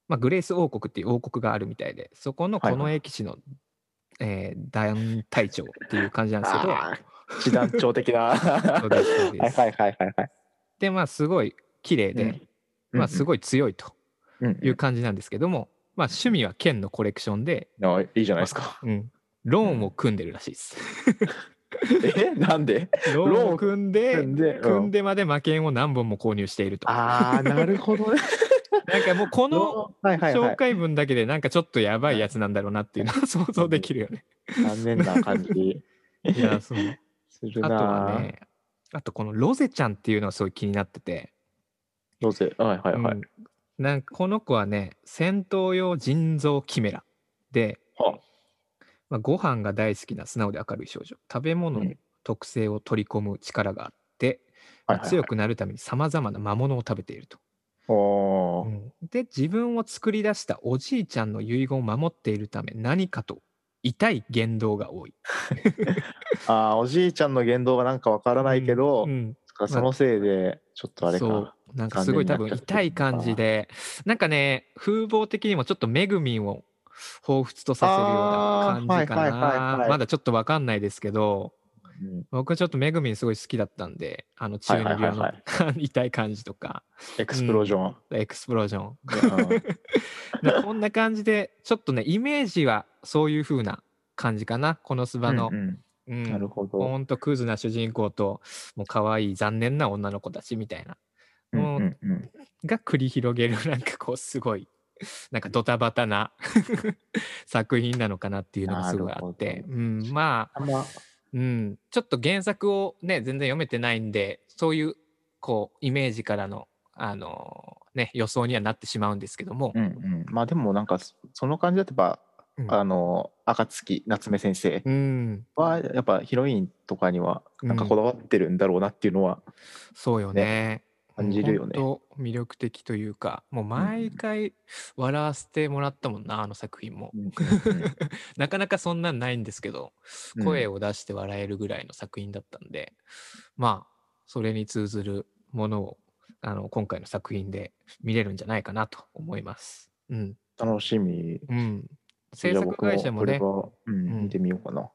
S2: まあ、グレース王国っていう王国があるみたいでそこの
S3: は
S2: こ
S3: いはい
S2: の駅士の、えー団体長っていう感じなんですけど
S3: あー師団長的な
S2: そ
S3: は
S2: うですそう
S3: い
S2: で
S3: はい
S2: す
S3: はいはいはい
S2: でまあすごい綺麗で、まあ、す
S3: い、
S2: ごい強いと
S3: うんうん
S2: いう感じなんですけども、まあ、趣味は剣のコレクションで、
S3: あいいじゃないですか
S2: うん、ローンを組んでるらしいです。
S3: えなんで
S2: ロ
S3: ーン
S2: ーンを組んで
S3: 組んでうん
S2: 組んでまで魔剣を何本も購入していると。
S3: ああなるほどね
S2: なんかもうこの
S3: はいはいは
S2: 紹
S3: い
S2: 介文だけでなんかちょっとやばいやつなんだろうなっていうのは 想像できるよね。
S3: 残念な感じ
S2: いやそう
S3: す る
S2: あと
S3: な
S2: はねあとこのロゼちゃんっていうのがすごい気になってて、
S3: どうせはいはいはい、
S2: うんなんかこの子はね戦闘用人造キメラで、
S3: は
S2: まあ、ご飯が大好きな素直で明るい少女食べ物の特性を取り込む力があって、
S3: はいはい
S2: ま
S3: は
S2: あ
S3: い
S2: 強くなるためにさまざまな魔物を食べていると。
S3: おー
S2: うんで自分を作り出したおじいちゃんの遺言を守っているため何かと痛い言動が多い。
S3: あーおじいちゃんの言動はなんかわからないけど、
S2: うん
S3: そっかそのせいでちょっとあれか、
S2: そうなんかすごい多分痛い感じでなんかね風貌的にもちょっとめぐみんを彷彿とさせるような感じか
S3: あーはいはいはいは
S2: ないまだちょっとわかんないですけど
S3: うん
S2: 僕ちょっとめぐみんすごい好きだったんであの中二病の
S3: は い
S2: 痛い感じとか
S3: エクスプロージョン、
S2: エクスプロージョン
S3: うん
S2: でこんな感じでちょっとねイメージはそういう風な感じかなこのスバの
S3: う。ん
S2: うん
S3: うんなるほど、
S2: ほんとクズな主人公ともう可愛い残念な女の子たちみたいな
S3: うん
S2: もう
S3: うんうん
S2: が繰り広げるなんかこうすごいなんかドタバタ な作品なのかなっていうのがすごいあっ
S3: な
S2: て
S3: る、
S2: うん、まあ、
S3: あんま
S2: うん、ちょっと原作をね全然読めてないんでそういうこうイメージからの、あのね、予想にはなってしまうんですけども、
S3: うんうん、まあでもなんかそその感じだとやっ
S2: うん
S3: ぱ、あの暁夏目先生
S2: うん、
S3: はやっぱヒロインとかにはなんかこだわってるんだろうなっていうのは、
S2: そうよね。
S3: 感じるよね
S2: 本当魅力的というかもう毎回笑わせてもらったもんなあの作品も
S3: うんうんうん
S2: なかなかそんなんないんですけど
S3: うん
S2: 声を出して笑えるぐらいの作品だったんで、まあそれに通ずるものをあの今回の作品で見れるんじゃないかなと思います。うん
S3: 楽しみ
S2: うん、制作会社も
S3: じゃ
S2: ね
S3: あ僕これは、うん
S2: うん
S3: 見てみようかな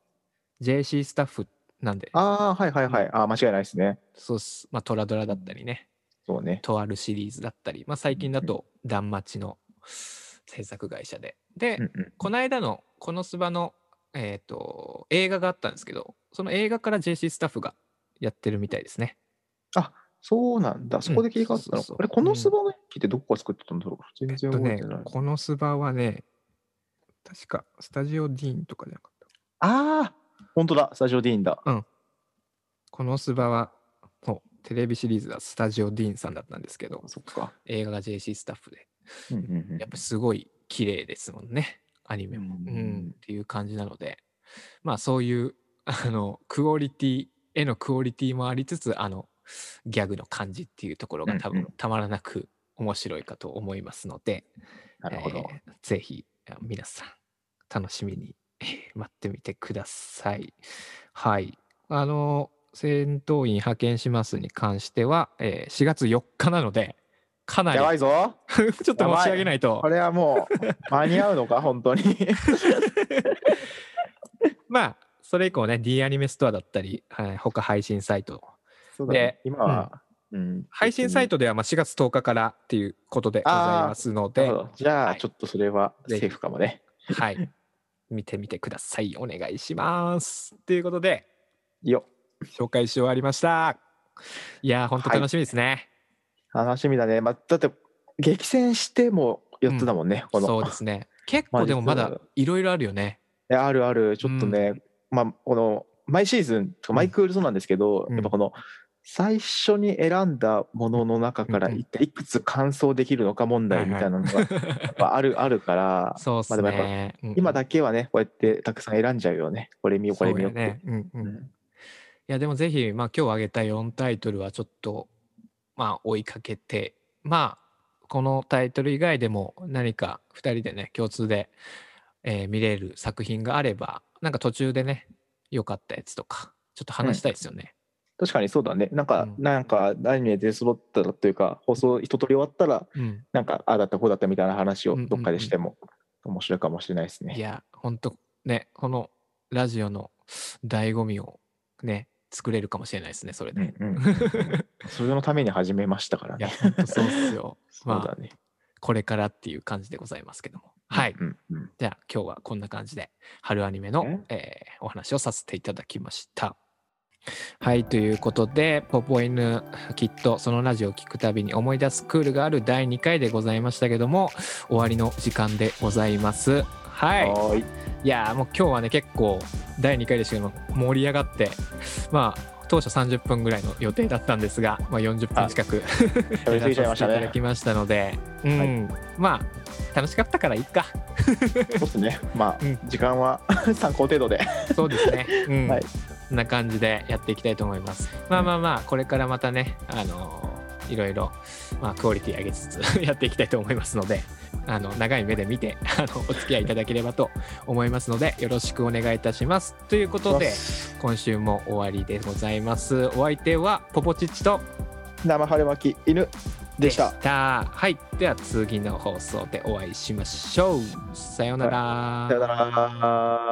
S2: JC スタッフなんで
S3: ああはいはいはいあー間違いないですね
S2: そうっす、まあ、トラドラだったりね
S3: そうね
S2: とあるシリーズだったり、まあ、最近だと「ダンマチ」の制作会社で。で、
S3: うんうん
S2: この間のこのスバの、えー、と映画があったんですけどその映画から JC スタッフがやってるみたいですね。
S3: そうなんだそこで切り替わった
S2: そうそう
S3: の、
S2: そう
S3: あれこのスバのキってどこが作ってたんだろう全然
S2: と
S3: 覚え
S2: ね
S3: てない、、
S2: このスバはね、確かスタジオディーンとかじゃなかった。
S3: ああ本当だスタジオディーンだ
S2: このスバは、そうテレビシリーズはスタジオディーンさんだったんですけど、
S3: そっか、
S2: 映画が JC スタッフで、
S3: うんうんうん
S2: やっぱすごい綺麗ですもんね、アニメも。
S3: う
S2: うんん、っていう感じなので、まあそういう、あの、クオリティ、絵のクオリティもありつつ、あの、ギャグの感じっていうところが多
S3: うんう
S2: 分たまらなく面白いかと思いますので、
S3: なるほど、
S2: えーぜひあ皆さん楽しみに えー待ってみてください。はい。あの、戦闘員派遣しますに関しては、えー4月4日なので、かなり
S3: やばいぞ
S2: ちょっと申し上げないと
S3: こ、れは もう間に合うのか本当に
S2: まあ、それ以降ね、D アニメストアだったり、はい、他配信サイト、
S3: そうだね
S2: で
S3: 今は、うん
S2: 配信サイ
S3: ト
S2: トではまあ4月10日からっていうことでございますの
S3: な
S2: で
S3: るほ、どじゃ
S2: は
S3: あ
S2: い
S3: ちょっとそれはセ
S2: ぜひ
S3: ーフかもね
S2: はい、見てみてください。お願いします。ということで、
S3: よ
S2: 紹介し終わりました。いやー、本当楽しみですね。
S3: 楽しみだね、まあ、だって激戦しても4つだもんね、この
S2: そうですね。結
S3: ま
S2: 構
S3: あ
S2: でもまだ
S3: 実はい
S2: ろいろあるよね。
S3: いやあるあるちょっとね、まあこの毎シーズンとか毎クールそうなんですけど、
S2: うん
S3: やっぱこの最初に選んだものの中から
S2: うんうん
S3: 一体いくつ完走できるのか問題みたいなのがやっぱあるあるから
S2: そうです
S3: まあでも
S2: ね。うん
S3: 今だけはねこうやってたくさん選んじゃうよねこれ見ようこれ見よう
S2: そ
S3: っ
S2: うやね
S3: て。
S2: うんう。
S3: うん
S2: い
S3: ん
S2: や、でもぜひ、まあ今日挙げた4タイトルはちょっと、まあ追いかけて、まあ、このタイトル以外でも何か2人でね、共通で、えー見れる作品があれば、なんか途中でね、良かったやつとか、ちょっと話したいですよね。
S3: 確かにそうだねなんか、
S2: うん
S3: なんかアニメで揃ったらというか放送一通り終わったら
S2: うん
S3: なんかああだったこうだったみたいな話を
S2: うんうんうん
S3: どっかでしても面白いかもしれないですね。
S2: いや、ほんとね、このラジオの醍醐味をね、作れるかもしれないですね、それ
S3: う
S2: で。
S3: ん うん、それのために始めましたから
S2: いや、
S3: ね。
S2: ほんとそうっすよ。
S3: そう
S2: ま
S3: だ
S2: あ、
S3: ね。
S2: これからっていう感じでございますけども。はい。
S3: うんうん
S2: じゃあ、今日はこんな感じで、春アニメの
S3: ね、
S2: えーお話をさせていただきました。はい、ということで、ポポ犬、きっとそのラジオを聞くたびに思い出すクールがある第2回でございましたけども、終わりの時間でございます。はい。
S3: はーい。
S2: いやーもう今日はね結構第2回でしたけど盛り上がってまあ当初30分ぐらいの予定だったんですが、まあ、40分近く
S3: 食べ過ぎちゃいました
S2: やらさせていただ
S3: ね。
S2: きましたので、うんまあ楽しかったからいいか
S3: そうですね。まあ、
S2: うん
S3: 時間は 参考程度で。
S2: そうですね、うん
S3: はい
S2: こんな感じでやっていきたいと思いますまあまあまあこれからまたねあのーいろいろ、まあ、クオリティ上げつつ やっていきたいと思いますのであの長い目で見てあのお付き合いいただければと思いますのでよろしくお願いいたしますということで今週も終わりでございますお相手はポポチッチと
S3: 生春巻き犬でした。
S2: はいでは次の放送でお会いしましょうさようなら
S3: さよなら。